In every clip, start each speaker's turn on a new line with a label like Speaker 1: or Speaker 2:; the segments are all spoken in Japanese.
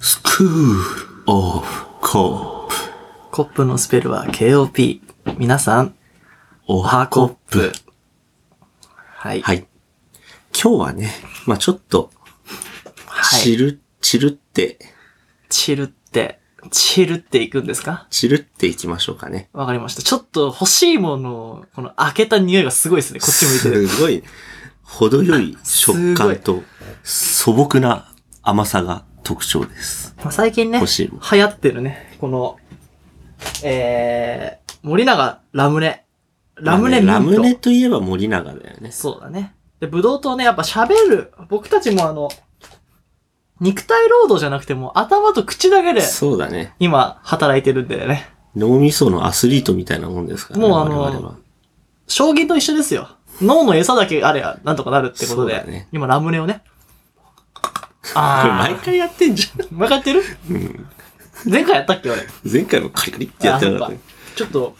Speaker 1: スクールオフコップ
Speaker 2: コップのスペルは KOP。皆さん、
Speaker 1: お
Speaker 2: おはコップ。はい。。
Speaker 1: はいい。今日はね、まあちょっと、
Speaker 2: はい、
Speaker 1: チル、チルって、
Speaker 2: チルって、チルっていくんですか
Speaker 1: チルっていきましょうかね。
Speaker 2: わかりました。ちょっと欲しいものを、この開けた匂いがすごいですね。こっち向いてる。
Speaker 1: すごい、程よい食感と素朴な甘さが特徴です。
Speaker 2: まあ最近ね、
Speaker 1: 欲しいも
Speaker 2: 流行ってるね。この、えー、森永ラムネ。ラムネミント。
Speaker 1: まあねラムネといえば森永だよね。
Speaker 2: そうだね。で、ブドウ糖ね、やっぱ喋る。僕たちもあの、肉体労働じゃなくてもう頭と口だけで
Speaker 1: そうだね。
Speaker 2: 今働いてるんでね。
Speaker 1: 脳みそのアスリートみたいなもんですからね。
Speaker 2: もうあの
Speaker 1: 我々は
Speaker 2: 将棋と一緒ですよ。脳の餌だけあればなんとかなるってこと
Speaker 1: そうだ
Speaker 2: で、
Speaker 1: ね
Speaker 2: 今ラムネ をね。
Speaker 1: これ
Speaker 2: あ
Speaker 1: 毎
Speaker 2: あ。
Speaker 1: 回やってんじゃん。
Speaker 2: 分かってる前回やったっけ俺。
Speaker 1: 前回もカリカリってやってなかった
Speaker 2: あそっかちょっと、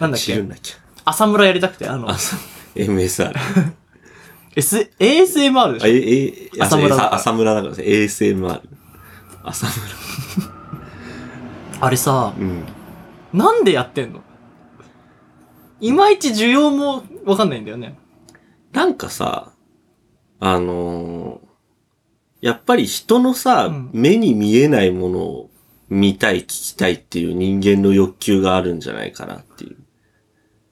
Speaker 2: なんだっ
Speaker 1: 知る
Speaker 2: け
Speaker 1: んだっけ
Speaker 2: 朝村やりたくて、あの
Speaker 1: あ、、そう。MSR。
Speaker 2: S、ASMR で
Speaker 1: あ
Speaker 2: しょ
Speaker 1: え、え、え
Speaker 2: 浅村だから
Speaker 1: 朝朝村だからね ASMR。朝村。
Speaker 2: あれさ、
Speaker 1: うん。
Speaker 2: なんでやってんのいまいち需要もわかんないんだよね。
Speaker 1: なんかさ、あのーやっぱり人のさ、
Speaker 2: うん
Speaker 1: 目に見えないものを見たい、聞きたいっていう人間の欲求があるんじゃないかなっていう。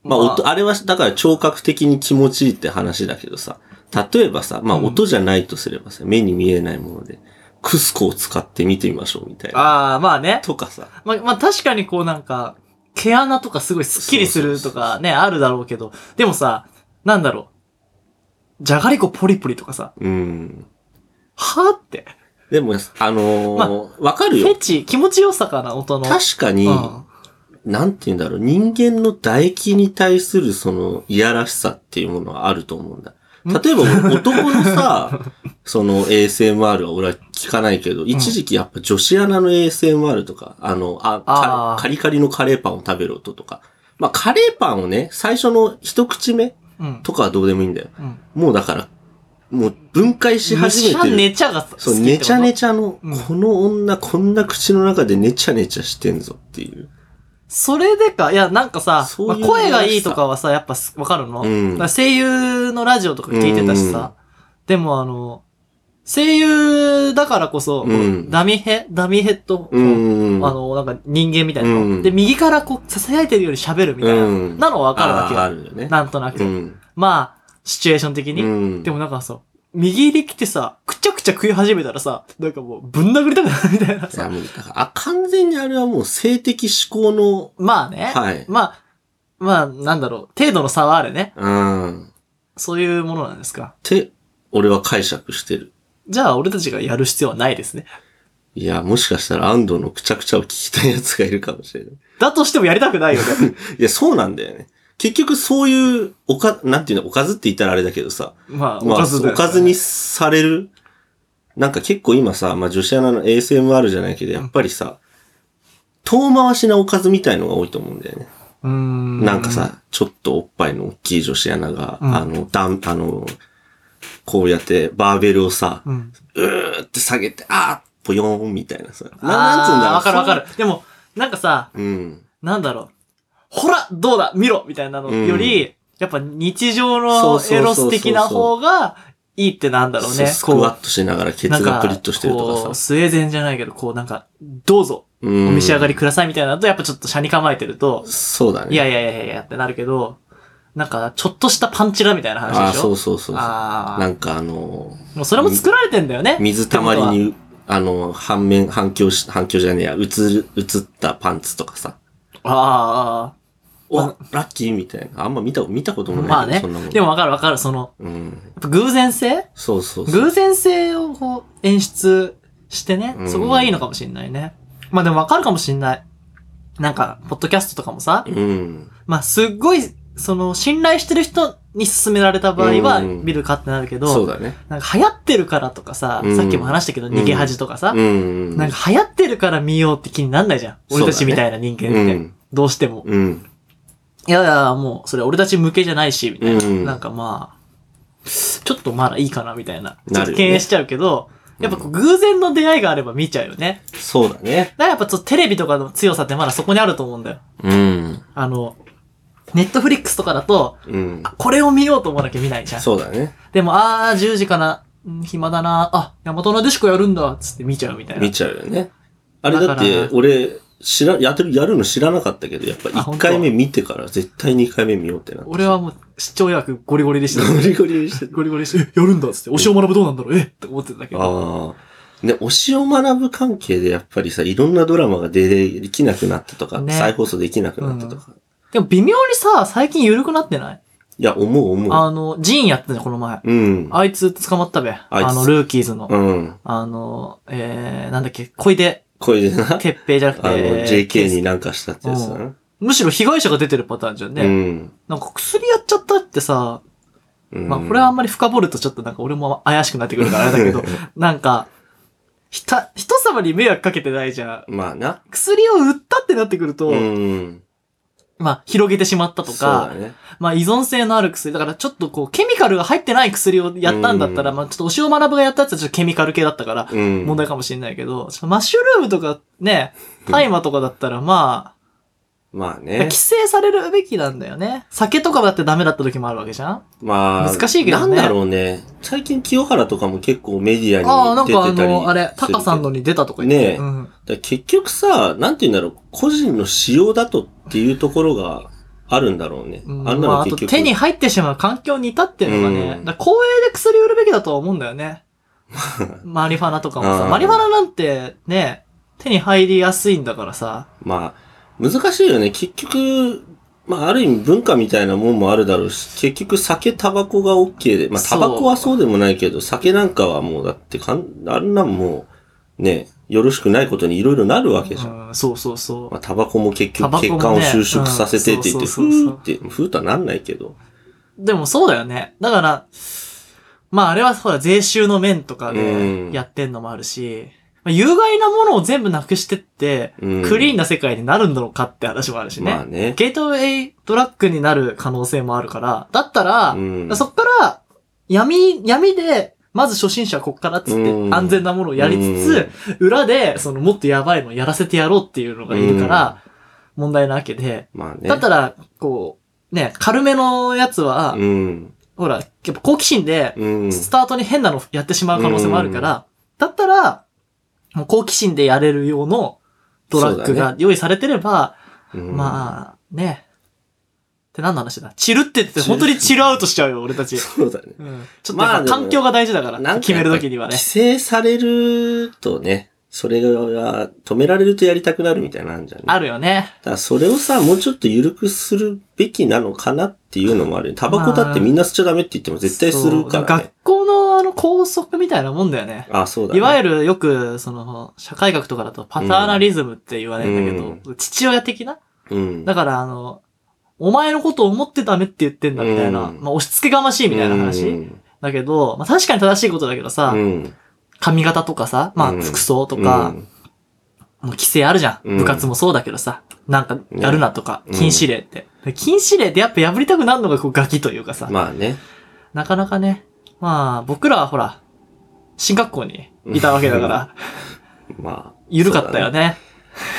Speaker 1: まあ、
Speaker 2: まあ
Speaker 1: 音、あれは、だから聴覚的に気持ちいいって話だけどさ、例えばさ、まあ
Speaker 2: うん
Speaker 1: 音じゃないとすればさ、目に見えないもので、クスコを使って見てみましょうみたいな。
Speaker 2: ああ、まあね。
Speaker 1: とかさ、
Speaker 2: まあ、まあ確かにこうなんか、毛穴とかすごいスッキリするとかね、あるだろうけど、でもさ、なんだろう。じゃがりこポリポリとかさ、
Speaker 1: うん。
Speaker 2: はーって。
Speaker 1: でも、あのー
Speaker 2: ま
Speaker 1: わ、か
Speaker 2: フ
Speaker 1: る
Speaker 2: ェ
Speaker 1: よ。
Speaker 2: チ、気持ちよさかな、音の。
Speaker 1: 確かに、
Speaker 2: うん
Speaker 1: なんて言うんだろう、人間の唾液に対するその、いやらしさっていうものはあると思うんだ。
Speaker 2: ん
Speaker 1: 例えば、 お男のさ、その ASMR は俺は聞かないけど、一時期やっぱ女子アナの ASMR とか、あの、あ、
Speaker 2: あー
Speaker 1: かカリカリのカレーパンを食べる音とか。まあ、カレーパンをね、最初の一口目
Speaker 2: うん。
Speaker 1: とかはどうでもいいんだよ。
Speaker 2: うん。
Speaker 1: もうだから、もう分解し始めてる。
Speaker 2: ねちゃが好きってこ
Speaker 1: そ
Speaker 2: と
Speaker 1: う、ネチャネチャの、
Speaker 2: うん
Speaker 1: この女こんな口の中でネチャネチャしてんぞっていう。
Speaker 2: それでか、いや、なんかさ、
Speaker 1: そういう
Speaker 2: まあ声がいいとかはさ、やっぱすわかるの、
Speaker 1: うん
Speaker 2: だから声優のラジオとか聞いてたしさ、でもあの、声優だからこそ、
Speaker 1: うん
Speaker 2: ダミヘ、ダミヘッド、
Speaker 1: うん。
Speaker 2: あの、なんか人間みたいなの、
Speaker 1: うん
Speaker 2: で、右からこう、囁いてるより喋るみたいな、
Speaker 1: うん
Speaker 2: なのはわかるわけ
Speaker 1: あーあ
Speaker 2: よ。
Speaker 1: るよね。
Speaker 2: なんとなく。
Speaker 1: うん。
Speaker 2: まあ、シチュエーション的に。
Speaker 1: うん
Speaker 2: でもなんかさ、右で来てさ、くちゃくちゃ食い始めたらさ、なんかもう、ぶん殴りたくなるみたいない
Speaker 1: や
Speaker 2: さ。
Speaker 1: もうだからあ、完全にあれはもう性的思考の、
Speaker 2: まあね。
Speaker 1: はい。
Speaker 2: まあ、まあ、なんだろう。程度の差はあるね。
Speaker 1: うん。っ
Speaker 2: そういうものなんですか。
Speaker 1: て、俺は解釈してる。
Speaker 2: じゃあ、俺たちがやる必要はないですね。
Speaker 1: いや、もしかしたら安藤のくちゃくちゃを聞きたいやつがいるかもしれない。
Speaker 2: だとしてもやりたくないよ ね。
Speaker 1: いや、そうなんだよね。結局そういう、おか、なんていうの、おかずって言ったらあれだけどさ、
Speaker 2: まあ、
Speaker 1: まあ、
Speaker 2: おかずだよね、
Speaker 1: おかずにされる。なんか結構今さ、まあ女子アナの ASMR じゃないけど、やっぱりさ、遠回しなおかずみたいのが多いと思うんだよね。
Speaker 2: うーん。
Speaker 1: なんか、さ、ちょっとおっぱいの大きい女子アナが、
Speaker 2: うん
Speaker 1: あの、ダン、あの、こうやってバーベルをさ、
Speaker 2: うん。
Speaker 1: うーって下げて、あーぽよーんみたいなさ。な
Speaker 2: あ
Speaker 1: なんつうんだろう。
Speaker 2: わかるわかる。でも、なんかさ、
Speaker 1: そう。うん。
Speaker 2: なんだろう。ほらどうだ見ろみたいなのより、やっぱ日
Speaker 1: そ
Speaker 2: 常の
Speaker 1: うそうそう
Speaker 2: エ
Speaker 1: そう
Speaker 2: ロス的な方がいいってなんだろう
Speaker 1: そう
Speaker 2: ね。
Speaker 1: スクワ
Speaker 2: こ
Speaker 1: ットしながらケ
Speaker 2: う、なん
Speaker 1: ツが
Speaker 2: か
Speaker 1: プリッとしてると
Speaker 2: こ
Speaker 1: か
Speaker 2: う
Speaker 1: さ。
Speaker 2: スウェーデンじゃないけど、こうなんか、どうぞ、
Speaker 1: お
Speaker 2: お召し上がりくださいみたいなのだと、やっぱちょっと車に構えてると、
Speaker 1: そうだね。
Speaker 2: いやいやいやいやってなるけど、なんか、ちょっとしたパンチラみたいな
Speaker 1: あ
Speaker 2: 話
Speaker 1: あ、
Speaker 2: でしょ
Speaker 1: そうそうそうそう。
Speaker 2: あー
Speaker 1: なんかあのー
Speaker 2: もうそれも作られてんだよね。
Speaker 1: 水たまりに、あの、反面、反響し、反響じゃねえや、映る、映ったパンツとかさ。
Speaker 2: あ
Speaker 1: お、
Speaker 2: ま
Speaker 1: ラッキーみたいな。あんま見た、見たこと
Speaker 2: あ、
Speaker 1: もないけど
Speaker 2: まあね
Speaker 1: そんなもん。
Speaker 2: でもわかるわかる、その、
Speaker 1: うん。
Speaker 2: やっぱ偶然性
Speaker 1: そうそうそう。
Speaker 2: 偶然性をこう演出してね
Speaker 1: う、ん
Speaker 2: そこがいいのかもしんないね。まあでもわかるかもしんない。なんか、ポッドキャストとかもさ、
Speaker 1: うん。
Speaker 2: まあすっごい、その、信頼してる人に勧められた場合は
Speaker 1: うん
Speaker 2: 見るかってなるけ
Speaker 1: そう
Speaker 2: ど、
Speaker 1: だね。
Speaker 2: なんか流行ってるからとかさ
Speaker 1: う、ん
Speaker 2: さっきも話したけど、逃げ恥とかさ
Speaker 1: う、ん。
Speaker 2: なんか流行ってるから見ようって気になんないじゃん。
Speaker 1: そうだね
Speaker 2: 俺たちみたいな人間っ
Speaker 1: う
Speaker 2: て。
Speaker 1: ん。
Speaker 2: どうしても。
Speaker 1: うん。
Speaker 2: いやいや、もう、それ俺たち向けじゃないし、みたいな。
Speaker 1: うん
Speaker 2: なんかまあ、ちょっとまだいいかな、みたいな。
Speaker 1: なるよね
Speaker 2: ちょっと敬遠しちゃうけど、やっぱこう偶然の出会いがあれば見ちゃうよね。
Speaker 1: そうだね
Speaker 2: だ。からやっぱちょっとテレビとかの強さってまだそこにあると思うんだよ。
Speaker 1: うん。
Speaker 2: あの、ネットフリックスとかだと、
Speaker 1: うん。
Speaker 2: あこれを見ようと思わなきゃ見ないじゃん。
Speaker 1: そうだね。
Speaker 2: でも、あー、10時かな。うん暇だな。あ、大和なでしこやるんだ。つって見ちゃうみたいな
Speaker 1: 見。ちゃうよね。あれだっ
Speaker 2: だ
Speaker 1: て
Speaker 2: か、
Speaker 1: 俺、知ら、やってる、やるの知らなかったけど、やっぱ
Speaker 2: あ本
Speaker 1: 1
Speaker 2: 当
Speaker 1: 回目見てから絶対2回目見ようってなって。
Speaker 2: 俺はもう、視聴予約ゴリゴリでし
Speaker 1: ゴ
Speaker 2: た。
Speaker 1: リゴリにしてた。
Speaker 2: ゴリゴリでして、えやるんだっつって、お塩学ぶどうなんだろうえって思ってたけど。
Speaker 1: ああ。ね、推しを学ぶ関係でやっぱりさ、いろんなドラマが出できなくなったとか、
Speaker 2: ね
Speaker 1: 再放送できなくなったとか。
Speaker 2: でも微妙にさ、最近緩くなってない、
Speaker 1: いや、思う思う。
Speaker 2: あの、ジーンやってたじゃんこの前。
Speaker 1: うん。
Speaker 2: あいつ捕まったべ。あ
Speaker 1: あいつ
Speaker 2: の、ルーキーズの。
Speaker 1: うん。
Speaker 2: あの、えー、なんだっけ、小出、
Speaker 1: これでな、あの、
Speaker 2: 鉄平じゃなくて、
Speaker 1: JK になんかしたってやつだな。
Speaker 2: むしろ被害者が出てるパターンじゃんね。
Speaker 1: うん。
Speaker 2: なんか薬やっちゃったってさ、
Speaker 1: うん
Speaker 2: まあこれはあんまり深掘るとちょっとなんか俺も怪しくなってくるからあれだけど、 なんか、ひた、人様に迷惑かけてないじゃん。
Speaker 1: まあな。
Speaker 2: 薬を売ったってなってくると、
Speaker 1: うん。
Speaker 2: まあ広げてしまったと
Speaker 1: そうだ
Speaker 2: か、
Speaker 1: ね。
Speaker 2: まあ依存性のある薬、だからちょっとこう、ケミカルが入ってない薬をやったんだったら、
Speaker 1: うん
Speaker 2: まあちょっとお塩学ぶがやったやつはちょっとケミカル系だったから、
Speaker 1: うん。
Speaker 2: 問題かもしれないけど、ちょっとマッシュルームとかね、大麻とかだったらまあ、
Speaker 1: まあね
Speaker 2: 規。制されるべきなんだよね。酒とかだってダメだった時もあるわけじゃん
Speaker 1: まあ、
Speaker 2: 難しいけどね
Speaker 1: なんだろうね。最近清原とかも結構メディア
Speaker 2: ああ、なん
Speaker 1: に出て
Speaker 2: か
Speaker 1: た
Speaker 2: あ
Speaker 1: りするけど。
Speaker 2: の、あれ、タカさんのに出たとか言って。
Speaker 1: ねえ
Speaker 2: うん。
Speaker 1: だから結局さ、なんて言うんだろう、個人の使用だとっていうところがあるんだろうね。
Speaker 2: うん
Speaker 1: あんな
Speaker 2: まあ、
Speaker 1: の
Speaker 2: あと
Speaker 1: 結局。
Speaker 2: 手に入ってしまう環境にいたっていうのがね、
Speaker 1: うん
Speaker 2: だから公営で薬売るべきだとは思うんだよ ね。マリファナとかもさ、
Speaker 1: うん
Speaker 2: マリファナなんてね、手に入りやすいんだからさ、
Speaker 1: まあ、難しいよね。結局、まあ、ある意味文化みたいなもんもあるだろうし、結局酒、タバコが OK で、まあ、
Speaker 2: そ
Speaker 1: タ
Speaker 2: う
Speaker 1: バコはそうでもないけど、酒なんかはもう、だってかん、あんなんもう、ね、よろしくないことにいろいろなるわけじゃん。
Speaker 2: うん、そうそうそう。
Speaker 1: まあ、タバコも結
Speaker 2: タバ
Speaker 1: 局
Speaker 2: コも
Speaker 1: 血
Speaker 2: ね
Speaker 1: 管を収縮させてって言って、
Speaker 2: う
Speaker 1: ふ
Speaker 2: んそうそうそうそう
Speaker 1: ーって、ふーとはなんないけど。
Speaker 2: でもそうだよね。だから、まああれはほら税収の面とか
Speaker 1: う
Speaker 2: で
Speaker 1: ん
Speaker 2: やってんのもあるし、まあ、有害なものを全部なくしてって、
Speaker 1: うん
Speaker 2: クリーンな世界になるんだろうかって話もあるしね。
Speaker 1: まあね。
Speaker 2: ゲートウェイドラッグになる可能性もあるから、だったら、
Speaker 1: うん
Speaker 2: そっから、闇、闇で、まず初心者はこっからっつって、
Speaker 1: うん
Speaker 2: 安全なものをやりつつ、裏で、そのもっとやばいのをやらせてやろうっていうのがいるから、問題なわけで、
Speaker 1: まあね。
Speaker 2: だったら、こう、ね、軽めのやつは、
Speaker 1: うん。
Speaker 2: ほら、やっぱ好奇心で、
Speaker 1: うん。
Speaker 2: スタートに変なのやってしまう可能性もあるから、だったら、もう好奇心でやれる用のドラッ
Speaker 1: そ
Speaker 2: グ
Speaker 1: うだ
Speaker 2: が用意されてれば、
Speaker 1: うん
Speaker 2: まあ、ね。って何の話だチルってって本当にチルアウトしちゃうよ、俺たち。
Speaker 1: そうだね。
Speaker 2: うん。ちょっとやっぱ
Speaker 1: まあでも
Speaker 2: 環境が大事だから、決めるときにはね
Speaker 1: 規。制されるとね、それが止められるとやりたくなるみたいなのあるんじゃん、ね。
Speaker 2: あるよね。
Speaker 1: だからそれをさ、もうちょっと緩くするべきなのかなっていうのもあるよ。タバコだってみんな吸っちゃダメって言っても絶対するか
Speaker 2: そ
Speaker 1: ら
Speaker 2: う
Speaker 1: ね。
Speaker 2: 学校のあの校則みたいなもんだよね。
Speaker 1: あ、そうだ、ね。
Speaker 2: いわゆるよく、その、社会学とかだとパターナリズムって言われるんだけど、父親的な
Speaker 1: る、うん。
Speaker 2: だからあの、お前のことを思ってダメって言ってんだみたいな、
Speaker 1: うん
Speaker 2: まあ押し付けがましいみたいな話、
Speaker 1: うん。
Speaker 2: だけど、まあ確かに正しいことだけどさ、
Speaker 1: うん
Speaker 2: 髪型とかさ、まあ
Speaker 1: うん
Speaker 2: 服装とか、
Speaker 1: うん
Speaker 2: もう規制あるじゃん。
Speaker 1: うん
Speaker 2: 部活もそうだけどさ。なんか、
Speaker 1: ね
Speaker 2: やるなとか、
Speaker 1: うん
Speaker 2: 禁止令って。で禁止令ってやっぱ破りたくなるのがこうガキというかさ。
Speaker 1: まあね。
Speaker 2: なかなかね。まあ、僕らはほら、進学校にいたわけだから、
Speaker 1: まあ。
Speaker 2: 緩かったよ
Speaker 1: ね。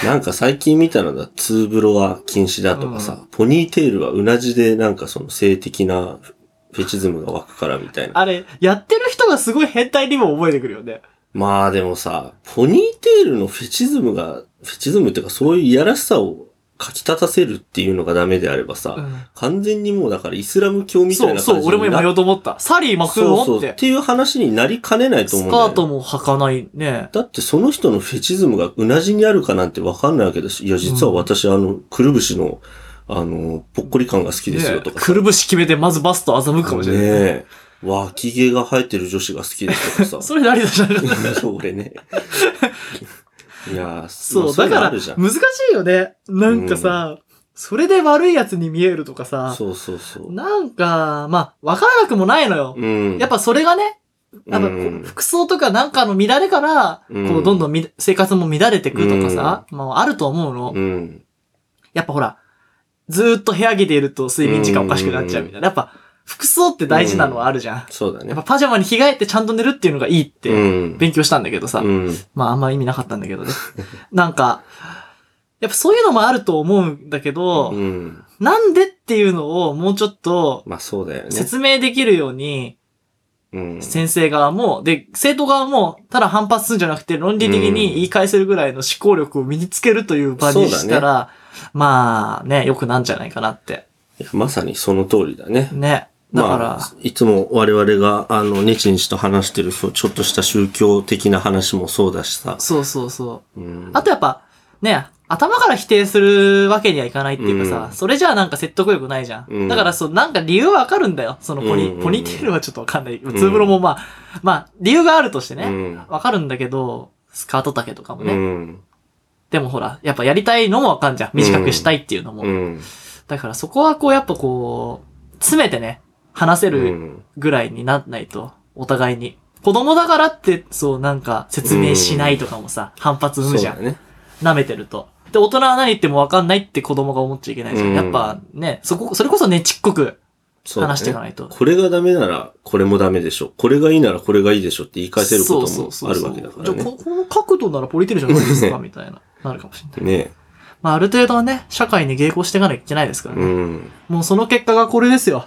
Speaker 2: ね。
Speaker 1: なんか最近見たのだ、ツーブロは禁止だとかさ、ポニーテールはうなじでなんかその性的なフェチズムが湧くからみたいな。
Speaker 2: あれ、やってる人がすごい変態にも覚えてくるよね。
Speaker 1: まあでもさ、ポニーテールのフェチズムが、フェチズムっていうかそういういやらしさをかき立たせるっていうのがダメであればさ、
Speaker 2: う
Speaker 1: 完全にもうだからイスラム教
Speaker 2: ん、
Speaker 1: みた
Speaker 2: そ
Speaker 1: いうな感じ
Speaker 2: そう、俺も今言お
Speaker 1: っ
Speaker 2: うと思った。サリー巻くの
Speaker 1: そう
Speaker 2: っ。
Speaker 1: そう。ってていう話になりかねないと思う
Speaker 2: ス
Speaker 1: んだよ
Speaker 2: カ
Speaker 1: ね、
Speaker 2: ートも履かないね。
Speaker 1: だってその人のフェチズムがうなじにあるかなんてわかんないわけだし、いや実は私、あの、くるぶしの、あの、ぽっこり感が好きですよと
Speaker 2: ね
Speaker 1: か
Speaker 2: くるぶし決めてまずバスト欺くかもしれない。
Speaker 1: ねえ。脇毛が生えてる女子が好きですとかさ。
Speaker 2: それ誰だじゃなかった
Speaker 1: そう、俺ね。いやー、
Speaker 2: そ
Speaker 1: まあ
Speaker 2: う、だ
Speaker 1: いの
Speaker 2: か
Speaker 1: あ
Speaker 2: ら、
Speaker 1: るじゃん
Speaker 2: 難しいよね。なんかさ、それで悪いやつに見えるとかさ、
Speaker 1: そうそうそう。
Speaker 2: なんか、まあ、わからなくもないのよ。
Speaker 1: うん。
Speaker 2: やっぱそれがね、やっぱこう
Speaker 1: うん
Speaker 2: 服装とかなんかの乱れから、
Speaker 1: うん
Speaker 2: こう、どんどんみ生活も乱れてくとかさ、まあ、あると思うの。
Speaker 1: うん。
Speaker 2: やっぱほら、ずーっと部屋着でいると睡眠時間おかしくなっちゃうみたいな。やっぱ、服装って大事なのはあるじゃん。
Speaker 1: そうだね
Speaker 2: やっ。ぱパジャマに着替えてちゃんと寝るっていうのがいいっ
Speaker 1: う
Speaker 2: て
Speaker 1: ん。
Speaker 2: 勉強したんだけどさ。
Speaker 1: うん。
Speaker 2: まああんま意味なかったんだけどね。 なんか、やっぱそういうのもあると思うんだけど、
Speaker 1: うん。
Speaker 2: なんでっていうのをもうちょっと
Speaker 1: まあそうだよね。
Speaker 2: 説明できるように、
Speaker 1: うん。
Speaker 2: 先生側も、で、生徒側も、ただ反発するんじゃなくて、論理的に言い返せるぐらいの思考力を身につけるという場にした
Speaker 1: そう
Speaker 2: ら、まあね、良くなんじゃないかなって。
Speaker 1: いやまさにその通りだね。
Speaker 2: ね。だから、
Speaker 1: まあ、いつも我々が、あの、ネチネチと話してる、そうちょっとした宗教的な話もそうだしさ。
Speaker 2: そうそうそう。
Speaker 1: うん。
Speaker 2: あとやっぱ、ね、頭から否定するわけにはいかないっていうかさ、
Speaker 1: うん
Speaker 2: それじゃあなんか説得力ないじゃん。
Speaker 1: うん
Speaker 2: だからそう、なんか理由はわかるんだよ。そのポニ、
Speaker 1: うんうんうん
Speaker 2: ポニーテールはちょっとわかんない。ツーブロもまあ、まあ、理由があるとして
Speaker 1: う
Speaker 2: ね、
Speaker 1: ん。
Speaker 2: わ、かるんだけど、スカート丈とかもね。
Speaker 1: うん。
Speaker 2: でもほら、やっぱやりたいのもわかんじゃん。短くしたいっていうのも。
Speaker 1: うん。
Speaker 2: だからそこはこう、やっぱこう、詰めてね、話せ
Speaker 1: う
Speaker 2: る
Speaker 1: ん。
Speaker 2: ぐらいになんないと、お互いに。子供だからって、そう、なんか、説明しないとかもさ、反発
Speaker 1: そ
Speaker 2: 無
Speaker 1: う
Speaker 2: じゃ
Speaker 1: だ
Speaker 2: ん。
Speaker 1: ね。
Speaker 2: 舐めてると。で、大人は何言っても分かんないって子供が思っちゃいけないじゃん。
Speaker 1: うん
Speaker 2: やっぱね、そこ、それこそね、ちっこく
Speaker 1: そうだね
Speaker 2: 話していかないと。
Speaker 1: これがダメなら、これもダメでしょ。これがいいなら、これがいいでしょって言い返せること
Speaker 2: そう
Speaker 1: も
Speaker 2: そうそう
Speaker 1: あるわけだから
Speaker 2: じゃあ
Speaker 1: ね。
Speaker 2: ここの角度ならポリテールじゃないですか、みたいな。なるかもしれない。
Speaker 1: ね
Speaker 2: まあ、ある程度はね、社会に迎合していかなきゃいけないですからね。
Speaker 1: うん。
Speaker 2: もうその結果がこれですよ。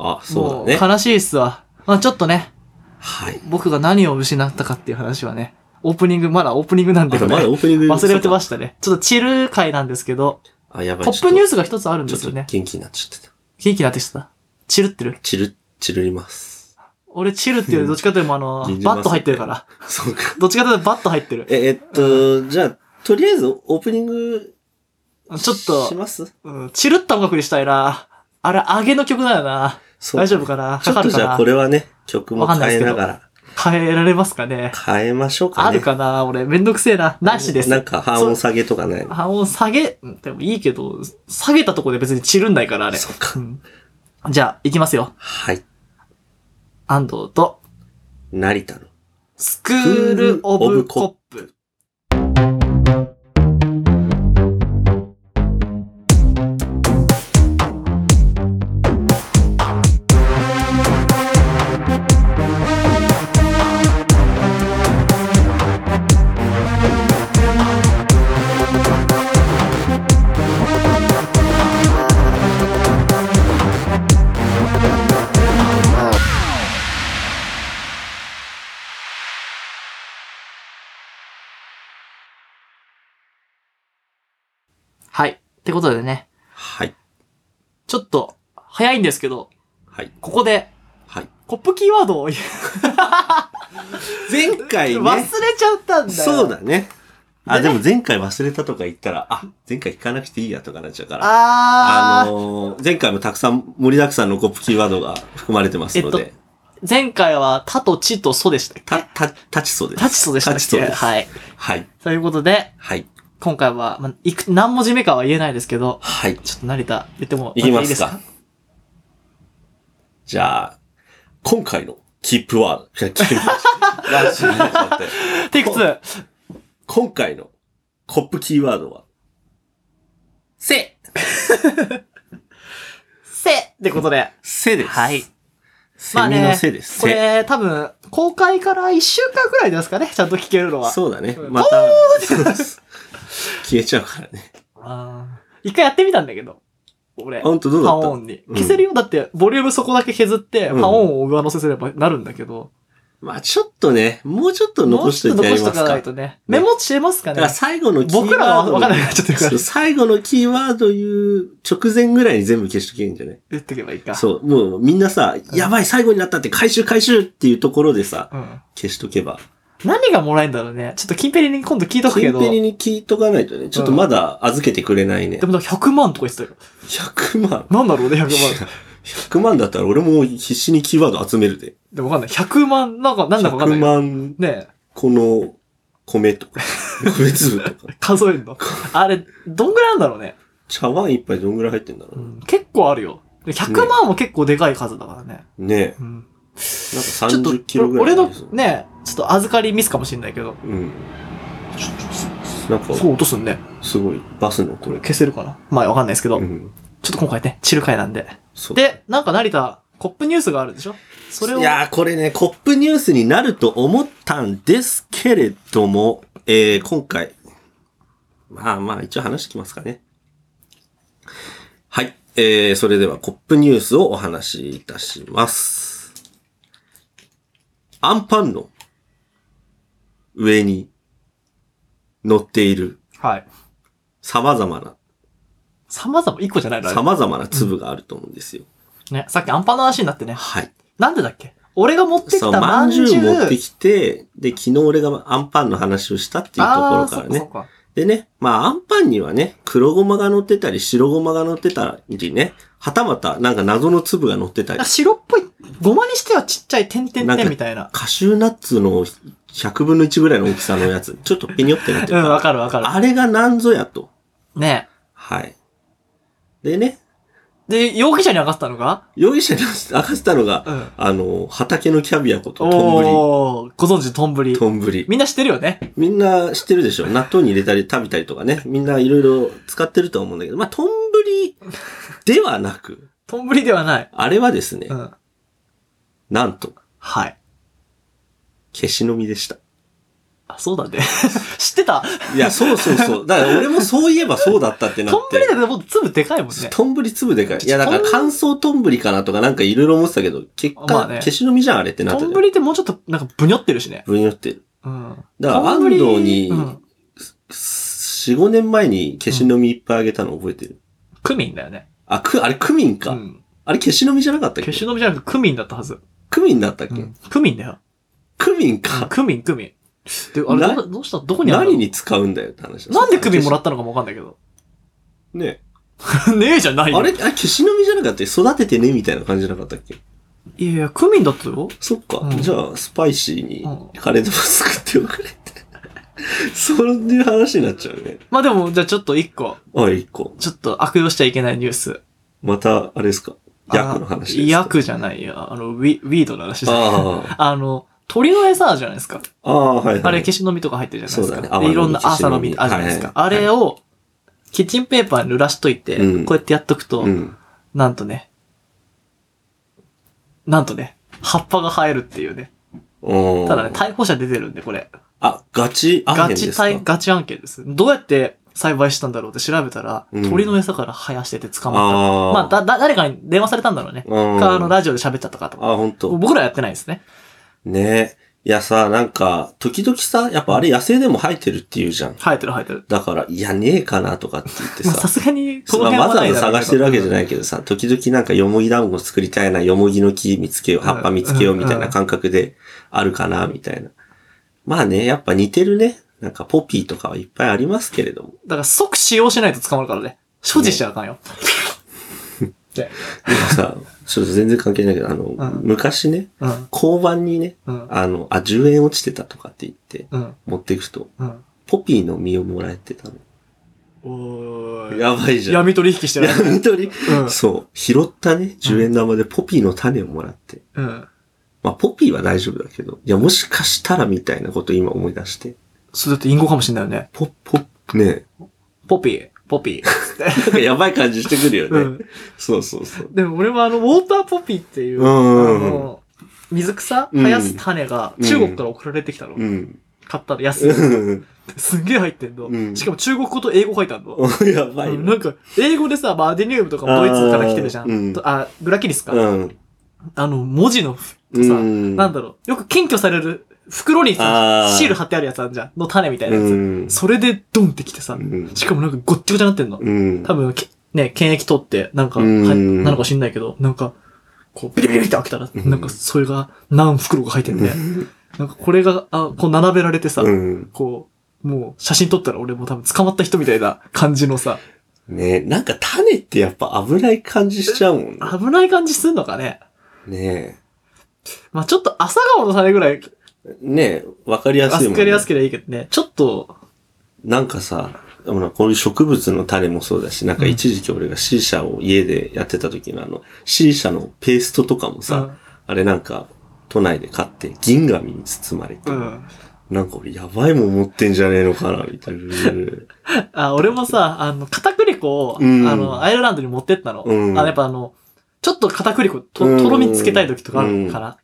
Speaker 1: あ、そうだ
Speaker 2: も
Speaker 1: ね。
Speaker 2: う悲しいっすわ。まあちょっとね、
Speaker 1: はい。
Speaker 2: 僕が何を失ったかっていう話はね、オープニング、まだオープニングな
Speaker 1: あ
Speaker 2: んで、
Speaker 1: と
Speaker 2: ね、
Speaker 1: まだオープニング
Speaker 2: 忘れてま
Speaker 1: し
Speaker 2: したね。ちょっとチル回なんですけど、
Speaker 1: た。あ、やばい。
Speaker 2: ポップニュー
Speaker 1: ス
Speaker 2: スが一つあるんで
Speaker 1: ち
Speaker 2: す
Speaker 1: ょ
Speaker 2: よ
Speaker 1: っと
Speaker 2: ね。
Speaker 1: 元気になっちゃってた。
Speaker 2: 元気になってきた。チルってる
Speaker 1: チル、チルります。、
Speaker 2: 俺チルっていうよりどっちかというとあの
Speaker 1: 人参
Speaker 2: バット入ってるから。
Speaker 1: そうか。
Speaker 2: どっちかというとバット入ってる。
Speaker 1: え、えっと、じゃあ、とりあえずオープニング、
Speaker 2: ちょっ
Speaker 1: し
Speaker 2: と、
Speaker 1: ます
Speaker 2: うん、チルった音楽にしたいな。あれ、上げの曲だよな。
Speaker 1: そう
Speaker 2: 大丈夫かな
Speaker 1: ち
Speaker 2: か
Speaker 1: ょ
Speaker 2: か
Speaker 1: っと
Speaker 2: る
Speaker 1: じゃあ
Speaker 2: か
Speaker 1: こ
Speaker 2: な
Speaker 1: れはね、曲も
Speaker 2: わかんないで
Speaker 1: 変え
Speaker 2: すけ
Speaker 1: な
Speaker 2: ど
Speaker 1: がら、
Speaker 2: 変えられますかね。
Speaker 1: 変えましょうかね。
Speaker 2: あるかな俺、めんどくせえな。なしです
Speaker 1: な。んか半音下げとかないの
Speaker 2: 半音下げ、うんでもいいけど、下げたとこで別に散るんないから、あれ。
Speaker 1: そっか
Speaker 2: んじゃあ、行きますよ。
Speaker 1: はい。
Speaker 2: 安藤と、
Speaker 1: 成田の。
Speaker 2: スクール・オブ・コップ。はい。ってことでね、
Speaker 1: はい。
Speaker 2: ちょっと、早いんですけど、
Speaker 1: はい。
Speaker 2: ここで、
Speaker 1: はい。
Speaker 2: コップキーワードを言う
Speaker 1: 前回
Speaker 2: 忘れ
Speaker 1: ね。
Speaker 2: ちゃったんだよ。
Speaker 1: そう。だね。あ、
Speaker 2: で
Speaker 1: で
Speaker 2: ね
Speaker 1: も前回忘れたとか言ったら、あ、前回聞かなくていいやとかなっちゃうから。
Speaker 2: あ
Speaker 1: あ
Speaker 2: ー、
Speaker 1: のー前回もたくさん盛りだくさんのコップキーワードが含まれてますの
Speaker 2: えっ
Speaker 1: で、
Speaker 2: 前回は、たとちとそでしたっけ
Speaker 1: た、た、たちそうです。
Speaker 2: たちそでしたっけ
Speaker 1: たちそうです。
Speaker 2: はい。
Speaker 1: はい。
Speaker 2: ということで、
Speaker 1: はい。
Speaker 2: 今回は、まあ、いく、何文字目かは言えないですけど、
Speaker 1: はい。
Speaker 2: ちょっと成田、言っても
Speaker 1: いきま
Speaker 2: いいですす
Speaker 1: か。じゃあ、今回のキープワード。キープワードラジオになっちゃって
Speaker 2: テイク2。
Speaker 1: 今回のコップキーワードは、
Speaker 2: せ せってことで。
Speaker 1: せです。
Speaker 2: はい。
Speaker 1: セミのせです。
Speaker 2: こ
Speaker 1: せ
Speaker 2: れ多分、公開から1週間くらいですかね、ちゃんと聞けるのは。
Speaker 1: そうだね。
Speaker 2: うん
Speaker 1: また、そうです 消えちゃうからね。
Speaker 2: あー一回やってみたんだけど。俺。
Speaker 1: あほんとどうだ
Speaker 2: パ
Speaker 1: った
Speaker 2: オンに。
Speaker 1: うん
Speaker 2: 消せるよ。だって、ボリュームそこだけ削って、
Speaker 1: うん
Speaker 2: パオンを上乗せすればなるんだけど。
Speaker 1: まあちょっとね、もうちょっと残しといてや
Speaker 2: もう
Speaker 1: り
Speaker 2: ちょ
Speaker 1: ま
Speaker 2: っ
Speaker 1: す
Speaker 2: 残しとか
Speaker 1: か。
Speaker 2: ないとね。メモしてますか
Speaker 1: だから
Speaker 2: ね
Speaker 1: 最後のキーワード
Speaker 2: 僕らは分かんなくなっちゃってるから
Speaker 1: そう最後のキーワード言う直前ぐらいに全部消しとけばいいんじゃない
Speaker 2: 言ってけばいいか。
Speaker 1: そう、もうみんなさ、やばい、最後になったって回収回収っていうところでさ、
Speaker 2: うん。
Speaker 1: 消しとけば。
Speaker 2: 何がもらえんだろうね。ちょっとキンペリに今度聞いと
Speaker 1: キ
Speaker 2: くけ
Speaker 1: ン
Speaker 2: ど。
Speaker 1: ペリ
Speaker 2: で
Speaker 1: に聞いとかないとね、ちょっとまだ預けてくれないね。
Speaker 2: も100万とか言ってたよ。
Speaker 1: 100万。
Speaker 2: なんだろうね、100万。
Speaker 1: 100万だったら俺も必死にキーワード集めるで。
Speaker 2: でもわかんない。100万、なんか、なんだかわか
Speaker 1: 100
Speaker 2: んないけど。
Speaker 1: 万、
Speaker 2: ね
Speaker 1: この、米とか、 米粒とか
Speaker 2: え。数えるの。あれ、どんぐらいあんだろうね。
Speaker 1: 茶碗一杯どんぐらい入ってんだろ
Speaker 2: う
Speaker 1: う、
Speaker 2: ん、結構あるよ。で100万も結構でかい数だからね。
Speaker 1: ねえ。
Speaker 2: うん。
Speaker 1: なんか
Speaker 2: ちょっと
Speaker 1: 30キロぐ、ら
Speaker 2: 俺
Speaker 1: いあ
Speaker 2: の
Speaker 1: りそう。
Speaker 2: ね、ちょっと預かりミスかもしれないけど。
Speaker 1: うん。なんか、
Speaker 2: そう、落とすんね。
Speaker 1: すごい、バスの
Speaker 2: こ
Speaker 1: こ
Speaker 2: れ
Speaker 1: れ。
Speaker 2: 消せるかなまあ、わかんないですけど。
Speaker 1: うん。
Speaker 2: ちょっと今回ね、チル会なんで。
Speaker 1: そう。
Speaker 2: で、なんか成田、コップニュースがあるでしょそれを
Speaker 1: い、やー、これね、コップニュースになると思ったんですけれども、えー、今回。まあまあ、一応話してきますかね。はい。えー、それではコップニュースをお話しいたします。アンパンの上に乗っている
Speaker 2: はい。
Speaker 1: 様々な、
Speaker 2: 様々、一個じゃないのあれ
Speaker 1: 様々な粒があると思うんですよ。
Speaker 2: ね、さっきアンパンの話になってね。
Speaker 1: はい。
Speaker 2: なんでだっけ俺が持ってき
Speaker 1: そう、
Speaker 2: た
Speaker 1: ま
Speaker 2: ま
Speaker 1: ん
Speaker 2: ん
Speaker 1: じ
Speaker 2: じ
Speaker 1: ゅ
Speaker 2: ゅ
Speaker 1: う
Speaker 2: う。
Speaker 1: 持ってきて、で、昨日俺がアンパンの話をしたっていうところから
Speaker 2: あーそっ
Speaker 1: ね。
Speaker 2: か
Speaker 1: でね、まあ、アンパンにはね、黒ごまが乗ってたり、白ごまが乗ってたりね、はたまた、なんか謎の粒が乗ってた
Speaker 2: そっ
Speaker 1: り
Speaker 2: か。、白っぽい、ごまにしてはちっちゃい点
Speaker 1: な
Speaker 2: 々
Speaker 1: んか
Speaker 2: 点みたいな。
Speaker 1: カシューナッツの100分の1ぐらいの大きさのやつ、ちょっとペニョってなって
Speaker 2: う
Speaker 1: る。
Speaker 2: ん、わかるわかる。
Speaker 1: あれがなんぞやと。
Speaker 2: ね
Speaker 1: はい。でね、
Speaker 2: で、容疑者に上がったのが
Speaker 1: 容疑者に明かしたのが、
Speaker 2: うん。
Speaker 1: あの、畑のキャビアこと、と
Speaker 2: おー、ご存知、とんぶ
Speaker 1: んぶり。
Speaker 2: り。
Speaker 1: とんぶり。
Speaker 2: みんな知ってるよね。
Speaker 1: みんな知ってるでしょ納豆に入れたり食べたりとかね。みんないろいろ使ってるとは思うんだけど、まあ、とんぶりではなく、
Speaker 2: とんぶりではない。
Speaker 1: あれはですね、
Speaker 2: うん。
Speaker 1: なんと、
Speaker 2: はい。
Speaker 1: 消しのみでした。
Speaker 2: あ、そうだね。 知ってた
Speaker 1: いや、そうそうそう。だから俺もそういえばそうだったってなっ
Speaker 2: とんぶり
Speaker 1: て。
Speaker 2: だけど、もう粒でかいもんね。
Speaker 1: とんぶり粒でかい。いや、だから
Speaker 2: とん
Speaker 1: 乾燥とんぶりかなとかなんかいろいろ思ってたけど、結果、
Speaker 2: まあね
Speaker 1: 消しのみじゃん、あれってなった
Speaker 2: と
Speaker 1: じゃ
Speaker 2: ん
Speaker 1: ん。
Speaker 2: ぶりってもうちょっと、なんか、ぶにょってるしね。
Speaker 1: ぶによってる。
Speaker 2: うん。
Speaker 1: だから
Speaker 2: とんぶり
Speaker 1: 安藤に
Speaker 2: うん。
Speaker 1: 4、5年前に消しのみいっぱいあげたの覚えてる。
Speaker 2: クミンだよね。
Speaker 1: あ、く、あれクミンか。
Speaker 2: うん。
Speaker 1: あれ消しのみじゃなかったっけ
Speaker 2: 消しのみじゃなくてクミンだったはず。
Speaker 1: クミンだったっけ、
Speaker 2: うんクミンだよ。
Speaker 1: クミンか。
Speaker 2: クミン、クミン。で、あれ
Speaker 1: な
Speaker 2: どう、どうしたどこにあるの
Speaker 1: 何に使うんだよって話
Speaker 2: なんでクミンもら
Speaker 1: っ
Speaker 2: ったのかもわかんないけど。
Speaker 1: ね
Speaker 2: ねえじゃないよ
Speaker 1: あれ、あ、消しの実じゃなかった育ててねみたいな感じじゃなかったっけ
Speaker 2: いやいや、クミンだったよ。
Speaker 1: そっか。
Speaker 2: うん
Speaker 1: じゃあ、スパイシー
Speaker 2: うん
Speaker 1: にカレーでも作っておくれって。そういう話になっちゃうね。
Speaker 2: まあでも、じゃあちょっと一個、
Speaker 1: あ、一個。
Speaker 2: ちょっと悪用しちゃいけないニュース。
Speaker 1: また、あれですか。
Speaker 2: あ
Speaker 1: 薬の話ですか。
Speaker 2: 薬じゃないよ。あの、ウィウィードの話です。
Speaker 1: あ
Speaker 2: あの、鳥の餌あるじゃないですか。
Speaker 1: あ。ああ、はいはい。
Speaker 2: あれ、消しの実とか入ってるじゃない
Speaker 1: そう
Speaker 2: です
Speaker 1: だね泡の
Speaker 2: か。
Speaker 1: 実
Speaker 2: でいろんな
Speaker 1: 消し
Speaker 2: 朝
Speaker 1: の実
Speaker 2: の実あるじゃないですか。
Speaker 1: はい
Speaker 2: あ
Speaker 1: はい
Speaker 2: れを、キッチンペーパーに濡らしといて、
Speaker 1: うん
Speaker 2: こうやってやっとくと、
Speaker 1: うん。
Speaker 2: なんとね、なんとね、葉っぱが生えるっていうね。
Speaker 1: おー
Speaker 2: ただね、逮捕者出てるんで、これ。
Speaker 1: あ、ガチ案
Speaker 2: ガ
Speaker 1: 件
Speaker 2: チ
Speaker 1: ですか
Speaker 2: 対、ガチ案件です。どうやって栽培したんだろうって調べたら、
Speaker 1: うん
Speaker 2: 鳥の餌から生やしてて捕まっ
Speaker 1: あ
Speaker 2: た。
Speaker 1: あ。
Speaker 2: まあ、だ、だ、誰かに電話されたんだろうね。
Speaker 1: うん
Speaker 2: か、あの、ラジオで喋っちゃったかとか。
Speaker 1: あ、本当。
Speaker 2: 僕らはやってないですね。
Speaker 1: ねいやさ、なんか、時々さ、やっぱあれ野生でも生えてるっていうじゃん。
Speaker 2: 生えてる生えてる。
Speaker 1: だから、いや、ねえかなとかって言って
Speaker 2: まあさ
Speaker 1: さ。
Speaker 2: すがに、こ
Speaker 1: まあ、
Speaker 2: の辺
Speaker 1: わ
Speaker 2: は
Speaker 1: ざ
Speaker 2: な
Speaker 1: わ
Speaker 2: いだ
Speaker 1: ざ
Speaker 2: ろう。
Speaker 1: 探してるわけじゃないいけどさ、時々なんかよもぎ団子作りたいな、よもぎの木見つけよう、葉っぱ見つけようみたいな感覚であるかな、みたいな。まあね、やっぱ似てるね。なんかポピーとかはいっぱいありますけれども。
Speaker 2: だから即使用しないと捕まるからね。所持しちゃあかんよ。で、
Speaker 1: でも さ、ちょっと全然関係ないけど、あの、
Speaker 2: ん
Speaker 1: 昔ね、
Speaker 2: うん、
Speaker 1: 交番にね、
Speaker 2: うん、
Speaker 1: あの、あ、10円落ちてたとかって言って、
Speaker 2: うん、
Speaker 1: 持っていくと、
Speaker 2: うん。
Speaker 1: ポピーの実をもらえてたの。
Speaker 2: おーい。
Speaker 1: やばいじゃん。
Speaker 2: 闇取引してる。
Speaker 1: 闇取り。
Speaker 2: うん
Speaker 1: そう。拾ったね、10円玉でポピーの種をもらって。
Speaker 2: うん。
Speaker 1: まあ、ポピーは大丈夫だけど、いや、もしかしたらみたいなことを今思い出して。
Speaker 2: それだって隠語かもしんないよね。
Speaker 1: ポッ、ポッ、 ね
Speaker 2: ポピー、ポピー。
Speaker 1: なんかやばい感じしてくるよね。
Speaker 2: うん
Speaker 1: そうそうそう。
Speaker 2: でも俺はあの、ウォーターポピーっていう、
Speaker 1: うんうんうん
Speaker 2: あの、水草
Speaker 1: うん
Speaker 2: 生やす種が
Speaker 1: うん
Speaker 2: 中国から送られてきたの。
Speaker 1: うん。
Speaker 2: 買ったら安い。
Speaker 1: う
Speaker 2: すんげえ入ってんの。
Speaker 1: うん
Speaker 2: しかも中国語と英語書いてあるの。
Speaker 1: ん。 やばい
Speaker 2: うんな
Speaker 1: な。
Speaker 2: んか、英語でさ、まあ、アデニウムとかもドイツから来てるじゃん。
Speaker 1: あーうん
Speaker 2: とあ、ブラキリスか。
Speaker 1: うん。
Speaker 2: あの、文字のふ、
Speaker 1: う
Speaker 2: さ、
Speaker 1: ん
Speaker 2: なんだろう、よく検挙される袋に
Speaker 1: あ
Speaker 2: さ
Speaker 1: ー、
Speaker 2: シール貼ってあるやつあるじゃん。の種みたいなやつ。
Speaker 1: うん。
Speaker 2: それでドンってきてさ、
Speaker 1: うん
Speaker 2: しかもなんかごっちゃごちゃなってんの。
Speaker 1: うん。
Speaker 2: 多分、けね、検疫取って、なんか、
Speaker 1: う
Speaker 2: は
Speaker 1: ん
Speaker 2: なのか知んないけど、なんか、こう、ビリビリって開けたら、
Speaker 1: ん
Speaker 2: なんか、それが何袋か入ってんで、なんかこれが、あ、こう並べられてさ、
Speaker 1: うん。
Speaker 2: こう、もう写真撮ったら俺も多分捕まった人みたいな感じのさ、
Speaker 1: ねなんか種ってやっぱ危ない感じしちゃうもん
Speaker 2: 危ない感じすんのかね。
Speaker 1: ね。
Speaker 2: まあちょっと朝顔の種ぐらい、
Speaker 1: ねねわかりやすいもん、ね。
Speaker 2: 扱いやすければいいけどね、ちょっと、
Speaker 1: なんかさ、ほら、こういう植物の種もそうだし、なんか
Speaker 2: うん
Speaker 1: 一時期俺が C 社を家でやってた時のあの、C 社のペーストとかもさ、あれなんか、都内で買って銀紙に包まれて、
Speaker 2: うん。うん。
Speaker 1: なんか俺やばいもん持ってんじゃねえのかな、みたい な。
Speaker 2: あ、俺もさ、あの、片栗粉を、
Speaker 1: うん
Speaker 2: あの、アイルランドに持ってったの。
Speaker 1: うん
Speaker 2: あの、やっぱあの、ちちょっと片栗粉と、
Speaker 1: うん
Speaker 2: とろみつけたい時とかあるから。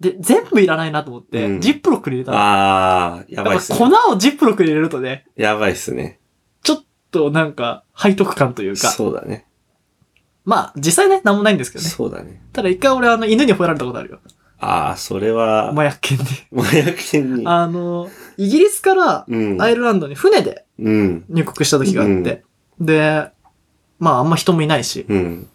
Speaker 2: で、全部いらないなと思って、
Speaker 1: うん
Speaker 2: ジップロックに入れたの。
Speaker 1: あー、やばい
Speaker 2: や
Speaker 1: っ
Speaker 2: っ
Speaker 1: す
Speaker 2: ぱ
Speaker 1: ね。
Speaker 2: 粉をジップロックに入れるとね、
Speaker 1: やばいっすね。
Speaker 2: ちょっとなんか背徳感というか、
Speaker 1: そうだね。
Speaker 2: まあ実際ね、なんもないんですけどね。
Speaker 1: そうだね。
Speaker 2: ただ一回俺あの犬に吠えられたことあるよ。
Speaker 1: あー、それは、
Speaker 2: 麻薬犬に。
Speaker 1: 麻薬犬に。
Speaker 2: あの、イギリスから
Speaker 1: うん。
Speaker 2: アイルランドに船で
Speaker 1: うん。
Speaker 2: 入国した時があって、で、まああんま人もいないし、
Speaker 1: うん。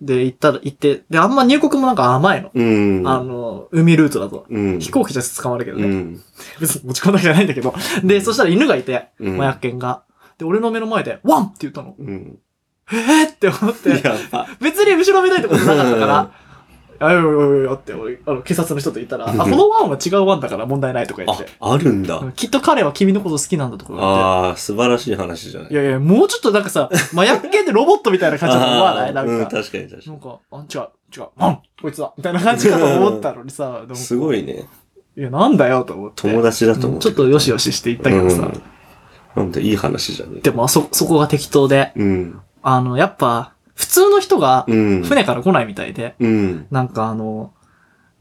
Speaker 2: で、行ったら、行って、で、あんま入国もなんか甘いの。
Speaker 1: うん。
Speaker 2: あの、海ルートだと。
Speaker 1: うん。
Speaker 2: 飛行機じゃ捕まるけど
Speaker 1: う
Speaker 2: ね。
Speaker 1: ん。
Speaker 2: 別に持ち込んだわけじゃないんだけど。で、そしたら犬がいて、
Speaker 1: うん
Speaker 2: 麻薬犬が。で、俺の目の前で、ワンって言ったの。
Speaker 1: うん。
Speaker 2: えー、って思って。
Speaker 1: やば。
Speaker 2: 別に後ろ見ないってことなかったから、あよよよよって、俺、あの、警察の人と言ったら、あ、
Speaker 1: うん
Speaker 2: このワンは違うワンだから問題ないとか言っ
Speaker 1: あ
Speaker 2: て。、
Speaker 1: あるんだ。
Speaker 2: きっと彼は君のこと好きなんだとか言って。
Speaker 1: あー、素晴らしい話じゃない。
Speaker 2: いやいや、もうちょっとなんかさ、麻薬系でロボットみたいな感じだと思わないな
Speaker 1: あーうんん、
Speaker 2: か。
Speaker 1: 確かに確か
Speaker 2: なんか、あ、違う、違う、ワンこいつだみたいな感じかと思ったのにさ、でも
Speaker 1: に。すごいね。
Speaker 2: いや、なんだよと思って。
Speaker 1: 友達だと思
Speaker 2: うん
Speaker 1: う。
Speaker 2: ちょっとよしよししていったけどさ。
Speaker 1: うんなんでいい話じゃね
Speaker 2: でも、あそ、そこが適当で、
Speaker 1: うん。
Speaker 2: あの、やっぱ、普通の人が
Speaker 1: うん。
Speaker 2: 船から来ないみたいで、
Speaker 1: うん。
Speaker 2: なんかあの、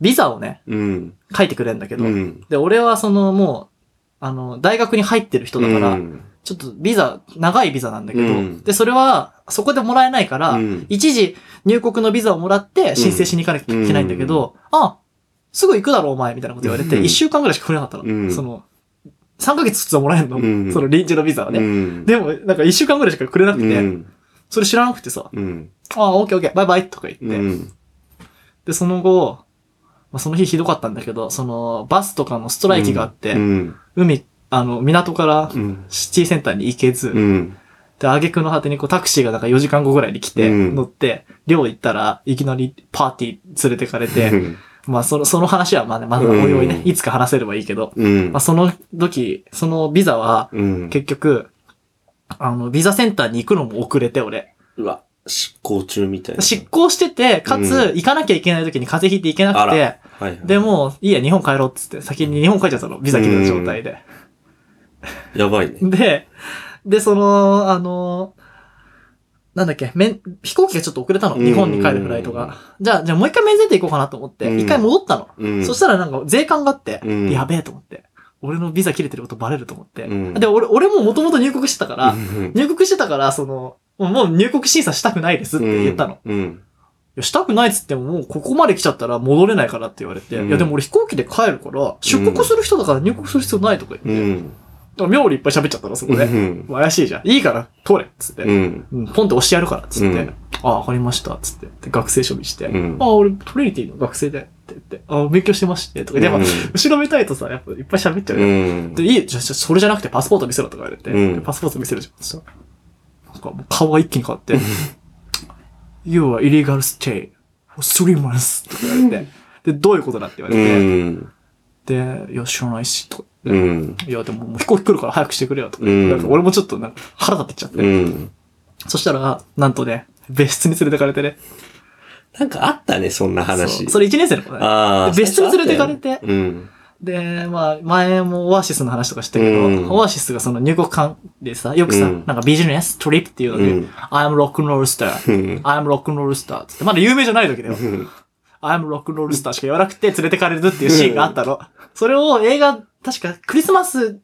Speaker 2: ビザをね、
Speaker 1: うん。
Speaker 2: 書いてくれんだけ
Speaker 1: う
Speaker 2: ど、
Speaker 1: ん。
Speaker 2: で、俺はそのもう、あの、大学に入ってる人だから、
Speaker 1: うん
Speaker 2: ちょっとビザ、長いビザなんだけど、
Speaker 1: うん
Speaker 2: で、それは、そこでもらえないから、
Speaker 1: うん
Speaker 2: 一時入国のビザをもらって申請しに行かなきゃいけないんだけど、あ、すぐ行くだろお前、みたいなこと言われて、
Speaker 1: うん
Speaker 2: 一週間ぐらいしか来れなかったの。
Speaker 1: うん
Speaker 2: その、3ヶ月普通はもらえんの、
Speaker 1: うん
Speaker 2: その臨時のビザはね。
Speaker 1: うん。
Speaker 2: でも、なんか一週間ぐらいしかくれなくて、
Speaker 1: うん。
Speaker 2: それ知らなくてさ、
Speaker 1: うん。
Speaker 2: ああ、オッケーオッケー、バイバイとか言って、
Speaker 1: うん。
Speaker 2: で、その後、まあ、その日ひどかったんだけど、その、バスとかのストライキがあって、
Speaker 1: うん。
Speaker 2: 海、あの、港から
Speaker 1: うん。
Speaker 2: シティセンターに行けず、
Speaker 1: うん。
Speaker 2: で、挙句の果てにこうタクシーがなんか4時間後ぐらいに来て、
Speaker 1: うん
Speaker 2: 乗って、寮行ったらいきなりパーティー連れてかれて、 まあその、その話はまあね、まだおいおいね、
Speaker 1: うん
Speaker 2: いつか話せればいいけど、
Speaker 1: うん
Speaker 2: まあ。その時、そのビザは
Speaker 1: うん。
Speaker 2: 結局、あの、ビザセンターに行くのも遅れて、俺。
Speaker 1: うわ、執行中みたいな。
Speaker 2: 執行してて、かつ、
Speaker 1: うん
Speaker 2: 行かなきゃいけない時に風邪ひいて行けな
Speaker 1: あ
Speaker 2: くて
Speaker 1: ら、はいはい。
Speaker 2: で、もう、いいや、日本帰ろうっつって、先に日本帰っちゃったの、ビザ切れた状態で。
Speaker 1: やばいね。
Speaker 2: で、で、その、あの、なんだっけ、免飛行機がちょっと遅れたの、
Speaker 1: うん
Speaker 2: 日本に帰るフライトが。じゃあ、じゃあもう一回免税店行こうかなと思って、
Speaker 1: うん
Speaker 2: 一回戻ったの。
Speaker 1: うん。
Speaker 2: そしたらなんか税関があって、
Speaker 1: うん
Speaker 2: やべえと思って。俺のビザ切れてることバレると思って。
Speaker 1: うん
Speaker 2: で、俺、俺ももともと入国してたから、
Speaker 1: うん、
Speaker 2: 入国してたから、その、もうもう入国審査したくないですって言ったの。い
Speaker 1: うん。
Speaker 2: やしたくないっつっても、もうここまで来ちゃったら戻れないからって言われて、
Speaker 1: うん
Speaker 2: いやでも俺飛行機で帰るから、出国する人だから入国する必要ないとか言って、
Speaker 1: う
Speaker 2: だ
Speaker 1: ん。
Speaker 2: から妙理いっぱい喋っちゃったの、そこ
Speaker 1: う
Speaker 2: で。
Speaker 1: ん。
Speaker 2: 怪しいじゃん。いいから、通れっつって。
Speaker 1: うん。
Speaker 2: うん、ポンって押してやるからっつって。
Speaker 1: うん
Speaker 2: ああ、わかりました。っつって。で学生証見して。
Speaker 1: うん
Speaker 2: ああ、俺、トリニティの学生で。って言って。ああ、勉強してまして。とか。で、やっぱ、後ろ見たいとさ、やっぱいっぱい喋っちゃう
Speaker 1: う
Speaker 2: よ。
Speaker 1: ん。
Speaker 2: で、いい、じゃ、じゃ、それじゃなくてパスポート見せろとか言われて。
Speaker 1: うん
Speaker 2: でパスポート見せるじゃん。そしたら、なんかもう顔が一気に変わって。you are illegal stay for three months とか言われて。で、どういうことだって言わ
Speaker 1: う
Speaker 2: れて。
Speaker 1: ん。
Speaker 2: で、いや、知らないし、とか。
Speaker 1: うん。
Speaker 2: いや、でももう飛行機来るから早くしてくれよ、とか。
Speaker 1: うん
Speaker 2: なんか俺もちょっとなんか腹立ってきちゃって。
Speaker 1: うん。
Speaker 2: そしたら、なんとね、別室に連れてかれてね。
Speaker 1: なんかあったね、そんな
Speaker 2: そう
Speaker 1: 話。
Speaker 2: それ1年生の子だね。
Speaker 1: ああ。
Speaker 2: で別室に連れてかれて
Speaker 1: うん。
Speaker 2: で、まあ、前もオアシスの話とかしたけど、
Speaker 1: うん
Speaker 2: オアシスがその入国間でさ、よくさ、
Speaker 1: うん
Speaker 2: なんかビジネス、トリップっていうので、
Speaker 1: うん
Speaker 2: I'm rock and roll star,
Speaker 1: ん
Speaker 2: I'm rock and roll star っつって、まだ有名じゃない時だよ。I'm rock and roll star しか言わなくて連れてかれるっていうシーンがあったの。それを映画、確かクリスマス、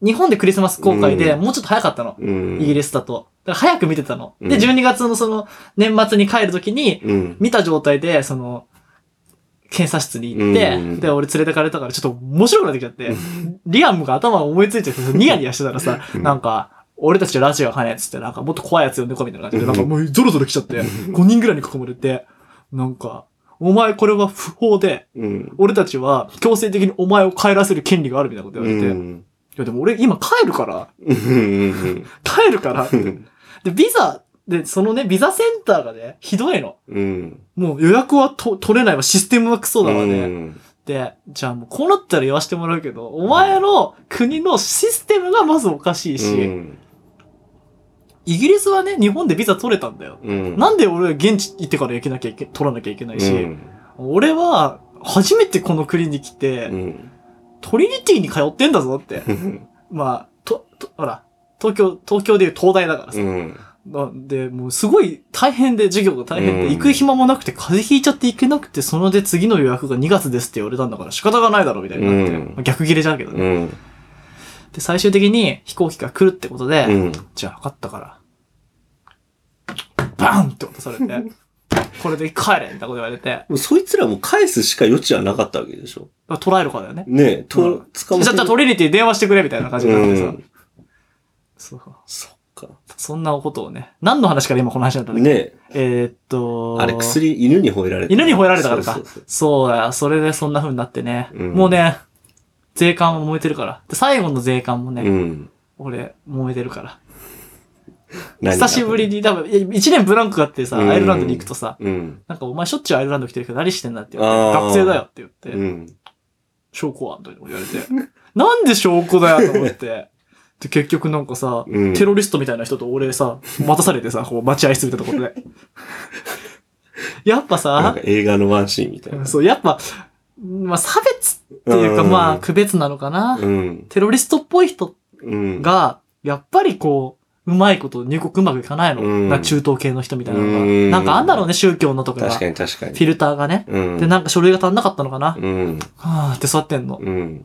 Speaker 2: 日本でクリスマス公開で、
Speaker 1: う
Speaker 2: もうちょっと早かったの。
Speaker 1: うん。
Speaker 2: イギリスだと。だから早く見てたの。で、
Speaker 1: うん
Speaker 2: 12月のその、年末に帰るときに、
Speaker 1: うん。
Speaker 2: 見た状態で、その、検査室に行って、
Speaker 1: うん
Speaker 2: で、俺連れてかれたから、ちょっと面白くなってきちゃって、リアムが頭を思いついち ゃって、ニヤニヤしてたらさ、なんか、俺たちラジオが跳ねえっつって、なんかもっと怖いやつ呼んでこいみたいな感じで、なんかもうゾロゾロ来ちゃって、5人ぐらいに囲まれて、なんか、お前これは不法で、
Speaker 1: うん。
Speaker 2: 俺たちは強制的にお前を帰らせる権利があるみたいなこと言われて、いやでも俺今帰るから、
Speaker 1: うん。
Speaker 2: 帰るからって、で、ビザ、で、そのね、ビザセンターがね、ひどいの。
Speaker 1: うん。
Speaker 2: もう予約はと取れないわ、システムはクソだわね。
Speaker 1: うん。
Speaker 2: で、じゃあもうこうなったら言わしてもらうけど、お前の国のシステムがまずおかしいし、イギリスはね、日本でビザ取れたんだよ。
Speaker 1: うん。
Speaker 2: なんで俺は現地行ってから行けなきゃいけ、取らなきゃいけないし、
Speaker 1: うん。
Speaker 2: 俺は初めてこの国に来て、
Speaker 1: うん。
Speaker 2: トリニティに通ってんだぞって。まあ、と、と、ほら、東京、東京でいう東大だからさ。
Speaker 1: うん。
Speaker 2: なんで、もうすごい大変で、授業が大変で、
Speaker 1: うん
Speaker 2: 行く暇もなくて、風邪ひいちゃって行けなくて、そので次の予約が2月ですって言われたんだから仕方がないだろうみたいになって、
Speaker 1: うん
Speaker 2: まあ逆切れじゃんけどね。
Speaker 1: うん。
Speaker 2: で、最終的に飛行機が来るってことで、
Speaker 1: うん
Speaker 2: じゃあ分かったから、バンって落とさ れて、これで帰れみたいなこと言われて、
Speaker 1: もうそいつらも返すしか余地はなかったわけでしょ。
Speaker 2: 捉えるかだよね。
Speaker 1: ねえ、と、
Speaker 2: うん
Speaker 1: 捕ま
Speaker 2: じゃあ、じゃあトリニティ電話してくれみたいな感じになってさ、
Speaker 1: うん
Speaker 2: そう。
Speaker 1: そっか。
Speaker 2: そんなことをね、何の話から今この話になったんだっけ、
Speaker 1: ねえ、
Speaker 2: えーっと、
Speaker 1: あれ薬、犬に吠え られた。
Speaker 2: 犬に吠えられたから
Speaker 1: そ
Speaker 2: か。そうう
Speaker 1: そう
Speaker 2: だよ。それでそんな風になってね。
Speaker 1: うん
Speaker 2: もうね、税関も燃えてるから。で、最後の税関もね、
Speaker 1: そううん。
Speaker 2: 俺、燃えてるから。
Speaker 1: 何が
Speaker 2: 久しぶり。に、多分、いや一年ブランクがあってさ、
Speaker 1: うん
Speaker 2: アイルランドに行くとさ、
Speaker 1: うん。
Speaker 2: なんかお前しょっちゅうアイルランド来てるけど何してんだって言われ
Speaker 1: あ
Speaker 2: て、
Speaker 1: ー
Speaker 2: 学生だよって言って、
Speaker 1: うん。
Speaker 2: 証拠はとか言われて、なんで証拠だよと思って。で、結局なんかさ、
Speaker 1: うん
Speaker 2: テロリストみたいな人と俺さ、待たされてさ、こう待合室みたいなところで。 やっぱ
Speaker 1: なん
Speaker 2: さ
Speaker 1: か、映画のワンシーンみたいな。
Speaker 2: そう、やっぱ、まあ差別っていうか、
Speaker 1: うん
Speaker 2: まあ区別なのかな。
Speaker 1: うん。
Speaker 2: テロリストっぽい人
Speaker 1: うん。、
Speaker 2: が、やっぱりこう、うまいこと入国うまくいかないの。
Speaker 1: うん
Speaker 2: なんか中東系の人みたいなのが。
Speaker 1: うん
Speaker 2: なんかあんだろうね、宗教のとかが。
Speaker 1: 確か
Speaker 2: フ
Speaker 1: に確かに。
Speaker 2: ィルターがね。
Speaker 1: うん。
Speaker 2: で、なんか書類が足んなかったのかな。
Speaker 1: うん。
Speaker 2: はぁーって座ってんの。
Speaker 1: うん。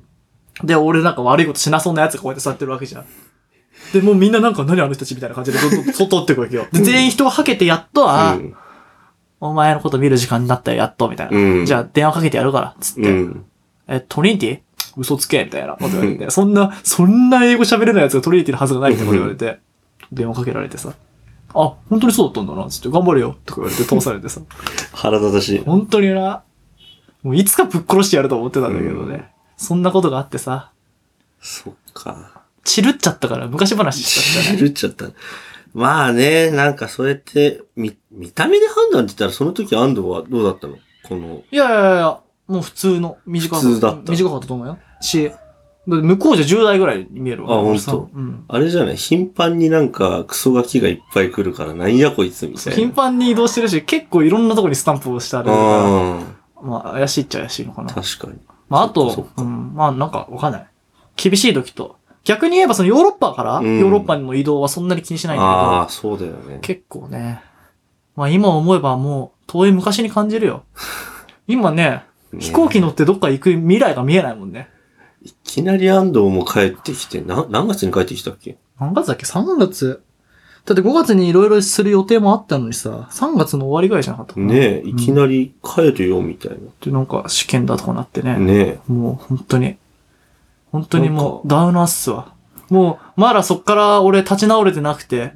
Speaker 2: で、俺なんか悪いことしなそうなやつがこうやって座ってるわけじゃん。で、もうみんななんか何あの人たちみたいな感じでどんどん 取っていくわけよ。で、全員人がはけてやっと、あ、
Speaker 1: うん
Speaker 2: お前のこと見る時間になったよ、やっと、みたいな。
Speaker 1: うん
Speaker 2: じゃあ電話かけてやるから、つって。
Speaker 1: うん。
Speaker 2: え、トリニティ嘘つけみたいなこと言われて、そんな、そんな英語喋れないやつがトリニティのはずがないってこと言われて、電話かけられてさ、あ、本当にそうだったんだな、つって、頑張れよ、とか言われて通さ れてさ、
Speaker 1: 腹立たしい。
Speaker 2: 本当にな、もういつかぶっ殺してやると思ってたんだけどね、
Speaker 1: うん
Speaker 2: そんなことがあってさ、
Speaker 1: そっか。
Speaker 2: 散るっちゃったから昔話しちゃったね。
Speaker 1: るっちゃった。まあね、なんかそうやって、み、見た目で判断って言ったらその時安藤はどうだったのこの、
Speaker 2: いやいやいや、もう普通の、短かった。
Speaker 1: 普通だった
Speaker 2: 短かったと思うよ。し、だって向こうじゃ10代ぐらいに見えるわ。
Speaker 1: あほんと
Speaker 2: さうん。
Speaker 1: あれじゃない頻繁になんかクソガキがいっぱい来るからなんやこいつみたいな。
Speaker 2: 頻繁に移動してるし、結構いろんなとこにスタンプをしてあるから、
Speaker 1: あ
Speaker 2: まあ怪しいっちゃ怪しいのかな
Speaker 1: あ、。確かに。
Speaker 2: まあ、あ
Speaker 1: そっ
Speaker 2: と
Speaker 1: か、
Speaker 2: うん、まあ、なんか、わかんない。厳しい時と、逆に言えば、そのヨーロッパから、ヨ
Speaker 1: うん
Speaker 2: ーロッパにの移動はそんなに気にしないん
Speaker 1: あ
Speaker 2: だ
Speaker 1: あ、そうだよね
Speaker 2: けど、。結構ね、まあ、今思えばもう、遠い昔に感じるよ。今ね、飛行機乗ってどっか行く未来が見えないもんね。
Speaker 1: いきなり安藤も帰ってきて、な、何月に帰ってきたっけ
Speaker 2: 何月だっけ ?3 月。だって5月にいろいろする予定もあったのにさ、3月の終わりぐらいじゃなかったかな。
Speaker 1: ねえ、いき
Speaker 2: り。
Speaker 1: なり帰るよみたい
Speaker 2: で、なんか試験だとかなってね。
Speaker 1: な。ね
Speaker 2: もう本当に、本当に
Speaker 1: なん
Speaker 2: も
Speaker 1: か
Speaker 2: うダウナーっすわ。もう、まだそっから俺立ち直れてな くて、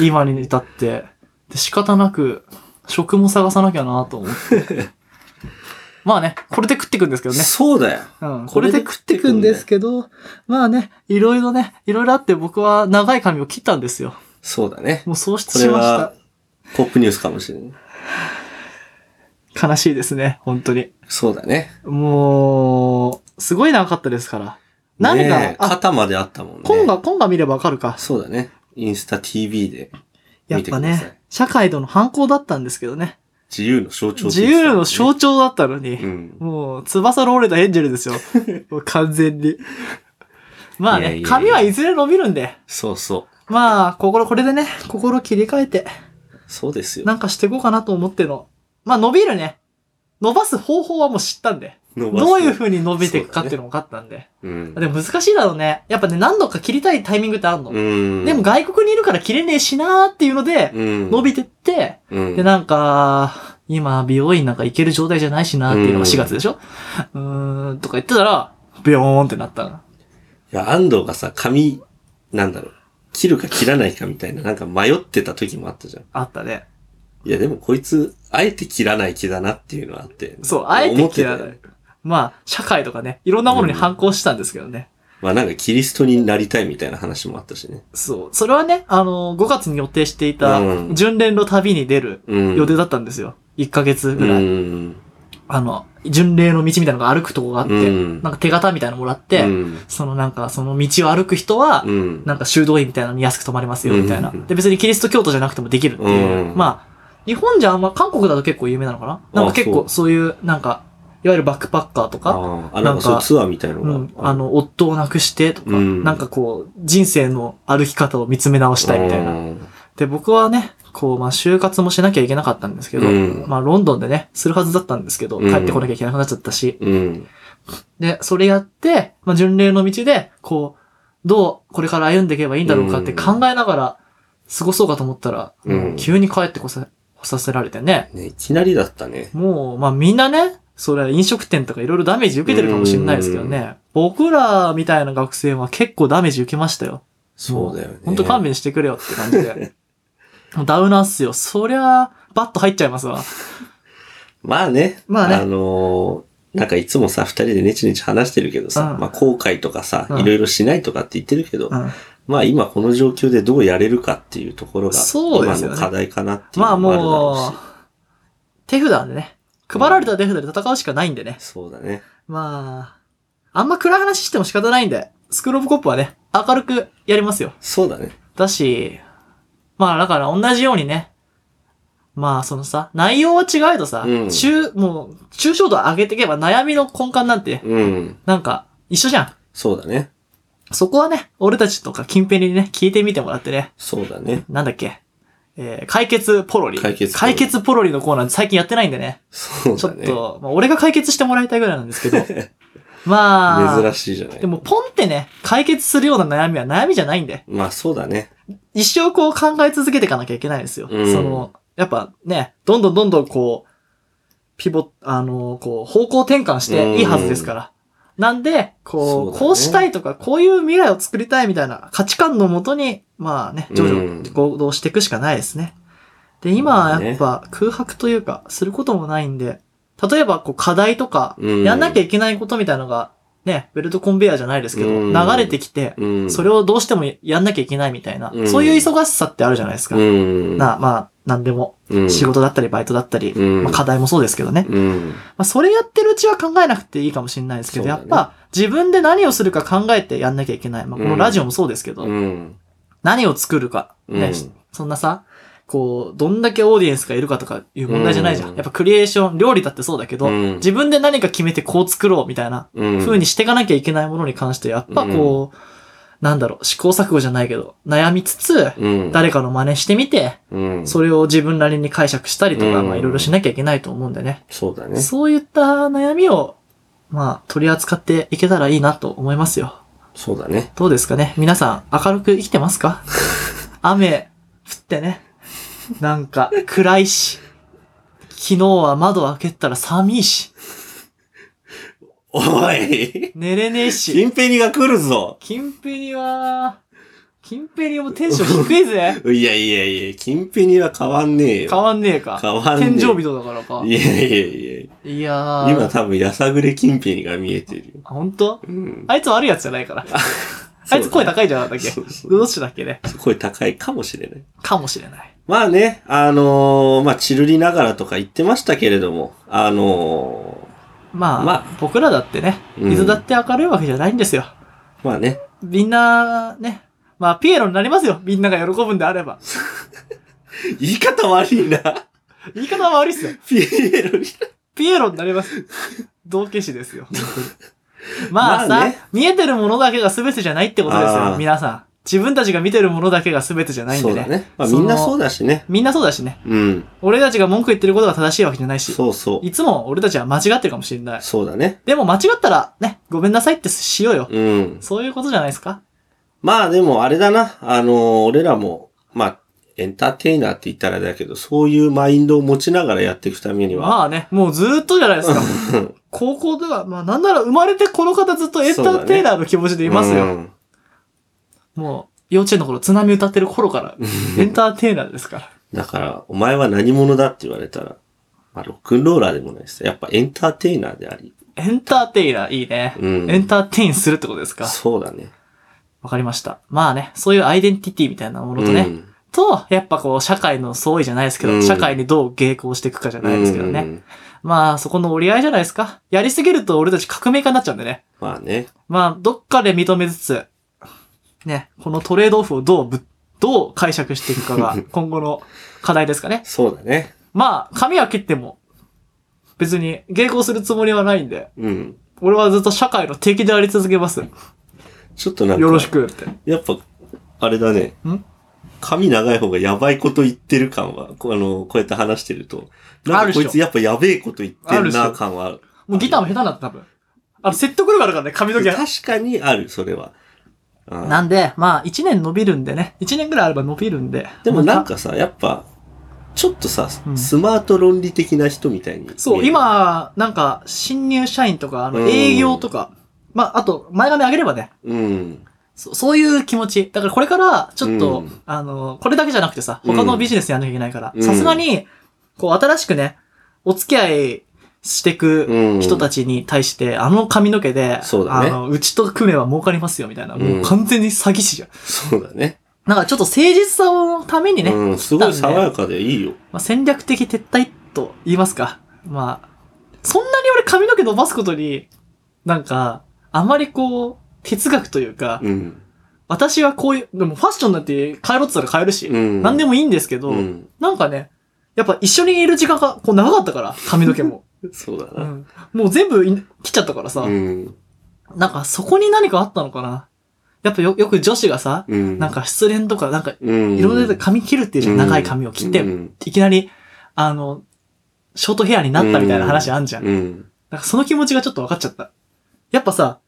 Speaker 2: 今に至って、で仕方なく、職も探さなきゃなと思って。 まあね、これで食ってくんですけ
Speaker 1: え。
Speaker 2: どね。
Speaker 1: そうだよ。
Speaker 2: うん、
Speaker 1: こ
Speaker 2: こ
Speaker 1: れ
Speaker 2: れ
Speaker 1: で
Speaker 2: で
Speaker 1: 食
Speaker 2: 食
Speaker 1: っ
Speaker 2: ってて
Speaker 1: く
Speaker 2: く
Speaker 1: ん
Speaker 2: ん
Speaker 1: で
Speaker 2: ですすけど、まあね、いろいろね、いろいろあって僕は長い髪を切ったんですよ。
Speaker 1: そうだね。
Speaker 2: もう喪失
Speaker 1: これ
Speaker 2: しまし
Speaker 1: は、ポップニュースかもしれない。
Speaker 2: た。悲しいですね、本当に。
Speaker 1: そうだね。
Speaker 2: もう、すごい長かったですから。何が、
Speaker 1: ねえ
Speaker 2: あ、
Speaker 1: 肩まであったもんね。
Speaker 2: 今が、今が見ればわかるか。
Speaker 1: そうだね。インスタ TV で
Speaker 2: やっ
Speaker 1: 見て
Speaker 2: ぱ
Speaker 1: ください。
Speaker 2: ね、社会との反抗だったんですけどね。
Speaker 1: 自由の象徴
Speaker 2: 自由の
Speaker 1: 徴。
Speaker 2: 象徴だったの
Speaker 1: う
Speaker 2: に、
Speaker 1: ん。
Speaker 2: もう、翼の折れたエンジェ ルですよ。もう完全に。まあ
Speaker 1: いやいやい
Speaker 2: ね、
Speaker 1: や
Speaker 2: 髪はいずれ伸びるんで、
Speaker 1: そうそう。
Speaker 2: まあ、心、これでね、心切り替えて、
Speaker 1: そうですよ。
Speaker 2: なんかしていこうかなと思っての。まあ、伸びるね。伸ばす方法はもう知ったんで。
Speaker 1: ど
Speaker 2: どういう風に伸びていくかっていうのも分かったんで。
Speaker 1: うん。
Speaker 2: でも難しいだろうね。やっぱね、何度か切りたいタイミングってあるの。
Speaker 1: うん。
Speaker 2: でも、外国にいるから切れねえしなーっていうので、
Speaker 1: うん。
Speaker 2: 伸びてって、
Speaker 1: うん、
Speaker 2: で、なんか、今、美容院なんか行ける状態じゃないしなっていうのが4月でしょうーん、とか言ってたら、ビヨーンってなったの。
Speaker 1: いや、安藤がさ、髪、なんだろう、切るか切らないかみたいな、なんか迷ってた時もあったじゃん。
Speaker 2: あったね。
Speaker 1: いや、でもこいつ、あえて切らない気だなっていうのはあって。
Speaker 2: そう、あえて切ら
Speaker 1: 思ってた
Speaker 2: な
Speaker 1: よ
Speaker 2: い。まあ、社会とかね、いろんなものに反抗したんですけどね。
Speaker 1: まあなんかキリストになりたいみたいな話もあったしね。
Speaker 2: そう。それはね、あの5月に予定していた
Speaker 1: う、ん
Speaker 2: 巡礼の旅に出る
Speaker 1: うん。
Speaker 2: 予定だったんですよ。1ヶ月ぐらい。
Speaker 1: うん。
Speaker 2: あの、巡礼の道みたいなのが歩くとこがあって、
Speaker 1: うん
Speaker 2: なんか手形みたいなのもらって、
Speaker 1: うん。
Speaker 2: そのなんか、その道を歩く人は、
Speaker 1: うん。
Speaker 2: なんか修道院みたいなのに安く泊まれますよ、みたいな。
Speaker 1: うん
Speaker 2: で、別にキリスト教徒じゃなくてもできるっていう。
Speaker 1: うん
Speaker 2: まあ、日本じゃあんま、韓国だと結構有名なのかななんか結
Speaker 1: あ
Speaker 2: 構そういう、なんか、いわゆるバックパッカーとか、
Speaker 1: ああ、なんかそ
Speaker 2: な
Speaker 1: うん
Speaker 2: か
Speaker 1: ツアーみたいの
Speaker 2: う
Speaker 1: が。
Speaker 2: ん、あ、の、夫を亡くしてとか、
Speaker 1: うん
Speaker 2: なんかこう、人生の歩き方を見つめ直したいみたいな。
Speaker 1: うん
Speaker 2: で、僕はね、こう、まあ、就活もしなきゃいけなかったんですけど、
Speaker 1: うん
Speaker 2: まあ、ロンドンでね、するはずだったんですけど、
Speaker 1: うん
Speaker 2: 帰ってこなきゃいけなくなっちゃったし、
Speaker 1: うん。
Speaker 2: で、それやって、まあ、巡礼の道で、こう、どう、これから歩んでいけばいいんだろうかって考えながら、過ごそうかと思ったら、
Speaker 1: うん
Speaker 2: 急に帰ってこさ、こさせられてね、
Speaker 1: ね、いきなりだったね。
Speaker 2: もう、まあ、みんなね、それ飲食店とかいろいろダメージ受けてるかもしれないですけどね、僕らみたいな学生は結構ダメージ受けましたよ。
Speaker 1: そうだよね。
Speaker 2: ほんと勘弁してくれよって感じで。もうダウナーっすよ。そりゃ、バッと入っちゃいますわ。
Speaker 1: まあね。
Speaker 2: まあね
Speaker 1: あのーなんかいつもさ、二人でネチネチ話してるけどさ、
Speaker 2: うん
Speaker 1: まあ後悔とかさ
Speaker 2: う、ん
Speaker 1: いろいろしないとかって言ってるけど、
Speaker 2: うん
Speaker 1: まあ今この状況でどうやれるかっていうところが、
Speaker 2: そうで
Speaker 1: 今
Speaker 2: すよね
Speaker 1: の課題かなっていう
Speaker 2: まあ
Speaker 1: のもあるだろうし。
Speaker 2: もう、手札でね。配られた手札で戦うしかないんでね。
Speaker 1: そうだね。
Speaker 2: まあ、あんま暗い話しても仕方ないんで、スクローブコップはね、明るくやりますよ。
Speaker 1: そうだね。
Speaker 2: だし、まあだから同じようにね、まあそのさ、内容は違えどさ、
Speaker 1: うん
Speaker 2: 中、もう、抽象度上げていけば悩みの根幹なんて、
Speaker 1: うん。
Speaker 2: なんか、一緒じゃん。
Speaker 1: そうだね。
Speaker 2: そこはね、俺たちとか近辺にね、聞いてみてもらってね、
Speaker 1: そうだね。
Speaker 2: なんだっけ、えー、解決ポロリ。
Speaker 1: 解決ポロ
Speaker 2: 解
Speaker 1: リ
Speaker 2: 決ポロリのコーナー最近やってないんでね。
Speaker 1: そう
Speaker 2: ちょ
Speaker 1: だ
Speaker 2: っ
Speaker 1: ね。
Speaker 2: と、まあ、俺が解決してもらいたいぐらいなんですけど。ま あ、
Speaker 1: 珍しいじゃない
Speaker 2: で。もポンってね、解決するような悩みは悩みじゃないんで、
Speaker 1: まあそうだね。
Speaker 2: 一生こう考え続けていかなきゃいけないですよ。
Speaker 1: うん
Speaker 2: その、やっぱね、どんどんどんどんこう、ピボ、あの、こう、方向転換していいはずですから。なんで、こう
Speaker 1: そうだね
Speaker 2: こうしたいとか、こういう未来を作りたいみたいな価値観のもとに、まあね、徐々に
Speaker 1: うん
Speaker 2: 行動していくしかないですね。で、今はやっぱ空白というか、することもないんで、例えばこう課題とか、
Speaker 1: うん
Speaker 2: やんなきゃいけないことみたいなのが、ね、ベルトコンベヤーじゃないですけど、
Speaker 1: うん
Speaker 2: 流れてきて、
Speaker 1: うん。
Speaker 2: それをどうしてもやんなきゃいけないみたいな、
Speaker 1: うん
Speaker 2: そういう忙しさってあるじゃないですか。
Speaker 1: うん。
Speaker 2: な、まあ、なんでも、
Speaker 1: うん、
Speaker 2: 仕事だったりバイトだったり、
Speaker 1: うん
Speaker 2: まあ課題もそうですけどね。ま
Speaker 1: うん。
Speaker 2: あそれやってるうちは考えなくていいかもしれないですけど、
Speaker 1: そう
Speaker 2: や
Speaker 1: だ
Speaker 2: っ
Speaker 1: ね
Speaker 2: ぱ自分で何をするか考えてやんなきゃいけない。まあこのラジオもそうですけど、
Speaker 1: うん。
Speaker 2: 何を作るか、ね、
Speaker 1: うん
Speaker 2: そんなさ、こう、どんだけオーディエンスがいるかとかいう問題じゃないじゃん。
Speaker 1: うん
Speaker 2: やっぱクリエーション、料理だってそうだけど、
Speaker 1: うん
Speaker 2: 自分で何か決めてこう作ろうみたいな
Speaker 1: うん。
Speaker 2: 風にしていかなきゃいけないものに関して、やっぱこう、なんだろう、試行錯誤じゃないけど、悩みつつ、
Speaker 1: うん。
Speaker 2: 誰かの真似してみて、
Speaker 1: うん。
Speaker 2: それを自分なりに解釈したりとか、
Speaker 1: うん
Speaker 2: まあいろいろしなきゃいけないと思うんでね。
Speaker 1: そうだね。
Speaker 2: そういった悩みを、まあ取り扱っていけたらいいなと思いますよ。
Speaker 1: そうだね。
Speaker 2: どうですかね皆さん明るく生きてま すか雨降ってね。なんか暗いし。昨日は窓開けたら寒いし。
Speaker 1: おい
Speaker 2: 寝れねえし。
Speaker 1: 近ペニが来るぞ
Speaker 2: キンペニは、キンペニもテンション低いぜ。
Speaker 1: いやいやいや、近ペニは変わんねえよ。
Speaker 2: 変わんねえか。
Speaker 1: 変わんねえ
Speaker 2: 天井人だからか。
Speaker 1: いやいやいや。
Speaker 2: いやー。
Speaker 1: 今多分やさぐれ近ペニが見えてるよ。
Speaker 2: あ、本当？
Speaker 1: うん。
Speaker 2: あいつ悪いやつじゃない から。あいつ声高いじゃなかったっけ
Speaker 1: そうそう
Speaker 2: どうしてだっけね。
Speaker 1: 声高いかもしれない。
Speaker 2: かもしれない。
Speaker 1: まあね、あのーまあ、チルりながらとか言ってましたけれども、あの
Speaker 2: まあ、
Speaker 1: まあ
Speaker 2: 僕らだってね、
Speaker 1: うん
Speaker 2: いつだって明るいわけじゃないんですよ。
Speaker 1: ーまあね、
Speaker 2: みんな、ね。まあ、ピエロになりますよ。みんなが喜ぶんであれば。
Speaker 1: 言い方悪い な。
Speaker 2: 言い方は悪いっすよ。
Speaker 1: ピエロに。
Speaker 2: ピエロになり ます。道化師ですよ。本当にまあさ、
Speaker 1: まあね
Speaker 2: 見えてるものだけが全てじゃないってことです
Speaker 1: あ
Speaker 2: よ、
Speaker 1: ー
Speaker 2: 皆さん。自分たちが見てるものだけが全てじゃないん
Speaker 1: そ
Speaker 2: で
Speaker 1: う
Speaker 2: ね。
Speaker 1: だね。まあみんなそうだしね。
Speaker 2: みんなそうだしね。
Speaker 1: うん。
Speaker 2: 俺たちが文句言ってることが正しいわけじゃないし、
Speaker 1: そうそう。
Speaker 2: いつも俺たちは間違ってるかもしれない。
Speaker 1: そうだね。
Speaker 2: でも間違ったら、ね、ごめんなさいってしようよ。
Speaker 1: うん。
Speaker 2: そういうことじゃないですか。
Speaker 1: まあでもあれだな。あのー俺らも、まあ、エンターテイナーって言ったらあれだけど、そういうマインドを持ちながらやっていくためには、
Speaker 2: まあね、もうずーっとじゃないです か。高校では、まあなんなら生まれてこの方ずっとエンターテイナーの気持ちでいますよ。
Speaker 1: うん
Speaker 2: もう、幼稚園の頃津波歌ってる 頃から、エンターテイナーですから。
Speaker 1: だから、お前は何者だって言われたら、まあ、ロックンローラーでもないです。やっぱエンターテイナーであり。
Speaker 2: エンターテイナーいいね。
Speaker 1: うん
Speaker 2: エンターテインするってことですか。
Speaker 1: そうだね。
Speaker 2: わかりました。まあね、そういうアイデンティティみたいなものとね、
Speaker 1: うん
Speaker 2: と、やっぱこう、社会の相違じゃないですけど、
Speaker 1: うん
Speaker 2: 社会にどう迎合していくかじゃないですけどね。
Speaker 1: うん
Speaker 2: まあ、そこの折り合いじゃないですか。やりすぎると俺たち革命家になっちゃうんでね。
Speaker 1: まあね。
Speaker 2: まあ、どっかで認めつつ、ね、このトレードオフをどうぶ、どう解釈していく かが、今後の課題ですかね。
Speaker 1: そうだね。
Speaker 2: まあ、髪は切っても、別に、迎合するつもりはないんで、
Speaker 1: うん。
Speaker 2: 俺はずっと社会の敵であり続けます。よ
Speaker 1: ちょっとなんか、
Speaker 2: ろしくって。
Speaker 1: やっぱ、あれだね
Speaker 2: ん。
Speaker 1: 髪長い方がやばいこと言ってる感は、こうあの、こうやって話してると、な
Speaker 2: あ
Speaker 1: ん
Speaker 2: る
Speaker 1: か
Speaker 2: っし
Speaker 1: こ
Speaker 2: ょ
Speaker 1: いつやっぱやべえこと言って
Speaker 2: ある
Speaker 1: る
Speaker 2: っし
Speaker 1: な
Speaker 2: ょ
Speaker 1: 感はある。
Speaker 2: もうギターも下手なんだった、多分。あの、説得力あるからね、髪の毛。
Speaker 1: 確かにある、それは。あー
Speaker 2: なんで、まあ、1年伸びるんでね。1年ぐらいあれば伸びるんで。
Speaker 1: でもなん
Speaker 2: ま
Speaker 1: かさ、やっぱ、ちょっとさ、
Speaker 2: うん
Speaker 1: スマート論理的な人みたいに。
Speaker 2: た、そう、。今、なんか、新入社員とか、あ
Speaker 1: う
Speaker 2: の、
Speaker 1: ん
Speaker 2: 営業とか、まあ、あと、前髪上げればね、
Speaker 1: うん。
Speaker 2: そそういう気持ち。だからこれから、ちょっと、
Speaker 1: うん
Speaker 2: あの、これだけじゃなくてさ、
Speaker 1: うん
Speaker 2: 他のビジネスやんなきゃいけないから
Speaker 1: う、ん
Speaker 2: さすがに、こう、新しくね、お付き合いしてく
Speaker 1: うん。
Speaker 2: 人た
Speaker 1: ち。
Speaker 2: ちに対して、あの髪の毛で、
Speaker 1: そうだね
Speaker 2: あの、うちと組めば儲かりますよ、みたいな。もううん完全に詐欺師じゃん。
Speaker 1: そうだね。
Speaker 2: なんかちょっと誠実さのためにね、
Speaker 1: うん。すごい爽やかでいいよ。
Speaker 2: まあ、戦略的撤退と言いますか。まあ、そんなに俺髪の毛伸ばすことに、なんか、あまりこう、哲学というか、
Speaker 1: うん。
Speaker 2: 私はこういう、でもファッションなんて変えろって言ったら変えるし、
Speaker 1: うん。
Speaker 2: 何でもいいんですけど、
Speaker 1: うん。
Speaker 2: なんかね、やっぱ一緒にいる時間がこう長かったから、髪の毛も。
Speaker 1: そうだ
Speaker 2: う
Speaker 1: な。
Speaker 2: ん、もう全部い切っちゃったからさ、
Speaker 1: うん。
Speaker 2: なんかそこに何かあったのかな。やっぱよよく女子がさ、
Speaker 1: うん。
Speaker 2: なん、か失恋とか、なんか
Speaker 1: うん。
Speaker 2: いろいろ髪切るっていうじゃん、長い髪を切って、
Speaker 1: うん。
Speaker 2: いきなり、あの、ショートヘアになったみたいな話あんじゃん。
Speaker 1: うん。
Speaker 2: なんかその気持ちがちょっと分かっちゃった。やっぱさ、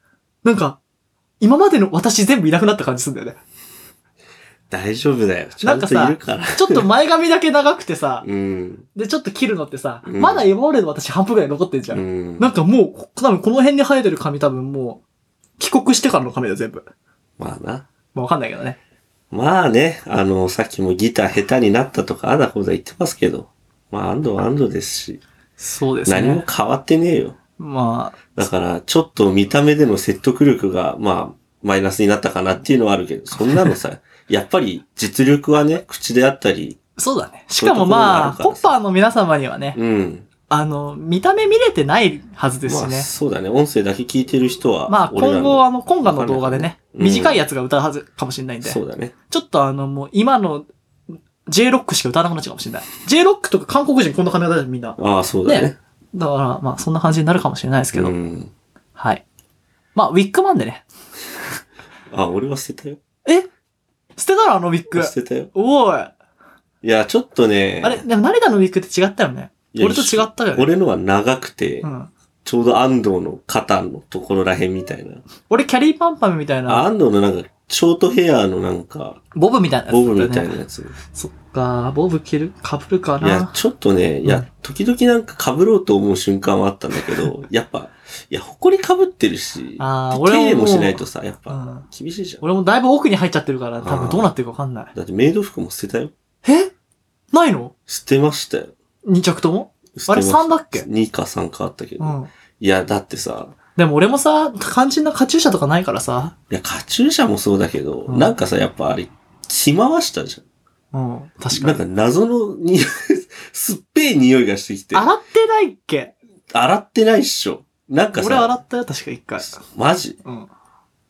Speaker 2: なんか、今までの私全部いなくなった感じするんだよね。
Speaker 1: 大丈夫だよ。ちゃ
Speaker 2: なんん
Speaker 1: と
Speaker 2: か
Speaker 1: い
Speaker 2: さ
Speaker 1: るから。
Speaker 2: ちょっと前髪だけ長くてさ、
Speaker 1: うん。
Speaker 2: で、ちょっと切るのってさ、
Speaker 1: うん
Speaker 2: まだ今までの私半分ぐらい残ってんじゃん。
Speaker 1: うん。
Speaker 2: なんかもう、こ多分この辺に生えてる髪多分もう、帰国してからの髪だよ、全部。
Speaker 1: まあな。
Speaker 2: まあわかんないけどね。
Speaker 1: まあね、あの、さっきもギター下手になったとか、あだこうだ言ってますけど、まあ、安藤は安藤ですし、
Speaker 2: そうで
Speaker 1: 何も。変わってねえよ。
Speaker 2: まあ、
Speaker 1: だから、ちょっと見た目での説得力が、まあ、マイナスになったかなっていうのはあるけど、そんなの さ、やっぱり実力はね、口であったり、
Speaker 2: そうだね。し
Speaker 1: そういう
Speaker 2: か
Speaker 1: とこ
Speaker 2: も
Speaker 1: ろがあ
Speaker 2: ま
Speaker 1: る
Speaker 2: あ、
Speaker 1: から
Speaker 2: ポッパーの皆様にはね、
Speaker 1: うん。
Speaker 2: あの、見た目見れてないはずですし
Speaker 1: まあ、
Speaker 2: ね。
Speaker 1: そうだね。音声だけ聞いてる人は、
Speaker 2: まあ
Speaker 1: 俺ら
Speaker 2: 今
Speaker 1: の
Speaker 2: 後あの、今回の動画でね、
Speaker 1: うん
Speaker 2: 短いやつが歌うはずかもしれないんで、
Speaker 1: そうだね。
Speaker 2: ちょっとあのもう今の J ロックしか歌わなくなっちゃうかもしれない。J ロックとか韓国人こんな髪型でみんな。
Speaker 1: ああ、そうだね。
Speaker 2: ねだからまあそんな感じになるかもしれないですけど、
Speaker 1: うん。
Speaker 2: はい。まあウィッグマンでね。
Speaker 1: あ、俺は捨てたよ。
Speaker 2: え捨てたらあのウィッグ。
Speaker 1: 捨てたよ。
Speaker 2: おい。あ
Speaker 1: いや、ちょっとね。
Speaker 2: れ、でも成田のウィッグって違ったよね。
Speaker 1: いや
Speaker 2: 俺と違ったよね
Speaker 1: 俺のは長くて、
Speaker 2: うん。
Speaker 1: ちょうど安藤の肩のところらへんみたいな。
Speaker 2: 俺キャリーパンパンみたい
Speaker 1: あ
Speaker 2: な、
Speaker 1: 安藤のなんか、ショートヘアのなんか、
Speaker 2: ボブみたいなやつだ
Speaker 1: ボ
Speaker 2: ったよ
Speaker 1: ブ
Speaker 2: ね。
Speaker 1: みたいなやつ。
Speaker 2: そっか、ボブ着る、被るか
Speaker 1: いや
Speaker 2: な、。
Speaker 1: ちょっとね、いうや
Speaker 2: ん、
Speaker 1: 時々なんか被ろうと思う瞬間はあったんだけど、やっぱ、いや、埃被ってるし、
Speaker 2: あー
Speaker 1: で
Speaker 2: 俺
Speaker 1: 手
Speaker 2: も
Speaker 1: 入れもしないとさ、やっ
Speaker 2: う
Speaker 1: ぱ
Speaker 2: ん、
Speaker 1: 厳しいじゃん。
Speaker 2: 俺もだいぶ奥に入っちゃってるから、多分どうなってるかわかんない。
Speaker 1: だってメイド服も捨てたよ。
Speaker 2: えないの
Speaker 1: 捨てましたよ。
Speaker 2: 二着とも
Speaker 1: 捨てました
Speaker 2: あれ3だっけ
Speaker 1: ?2 か3かあったけど。
Speaker 2: うん。
Speaker 1: いや、だってさ、
Speaker 2: でも俺もさ、肝心なカチューシャとかないからさ。
Speaker 1: いや、カチューシャもそうだけど、
Speaker 2: うん
Speaker 1: なんかさ、やっぱあれ、着回したじゃん。
Speaker 2: うん。確
Speaker 1: な
Speaker 2: か
Speaker 1: ん
Speaker 2: に。
Speaker 1: か謎の匂い、すっぺい匂いがしてきて、
Speaker 2: 洗ってないっけ
Speaker 1: 洗ってないっしょ。なんかさ、
Speaker 2: 俺洗ったよ、確か一回。
Speaker 1: マジ
Speaker 2: うん。
Speaker 1: い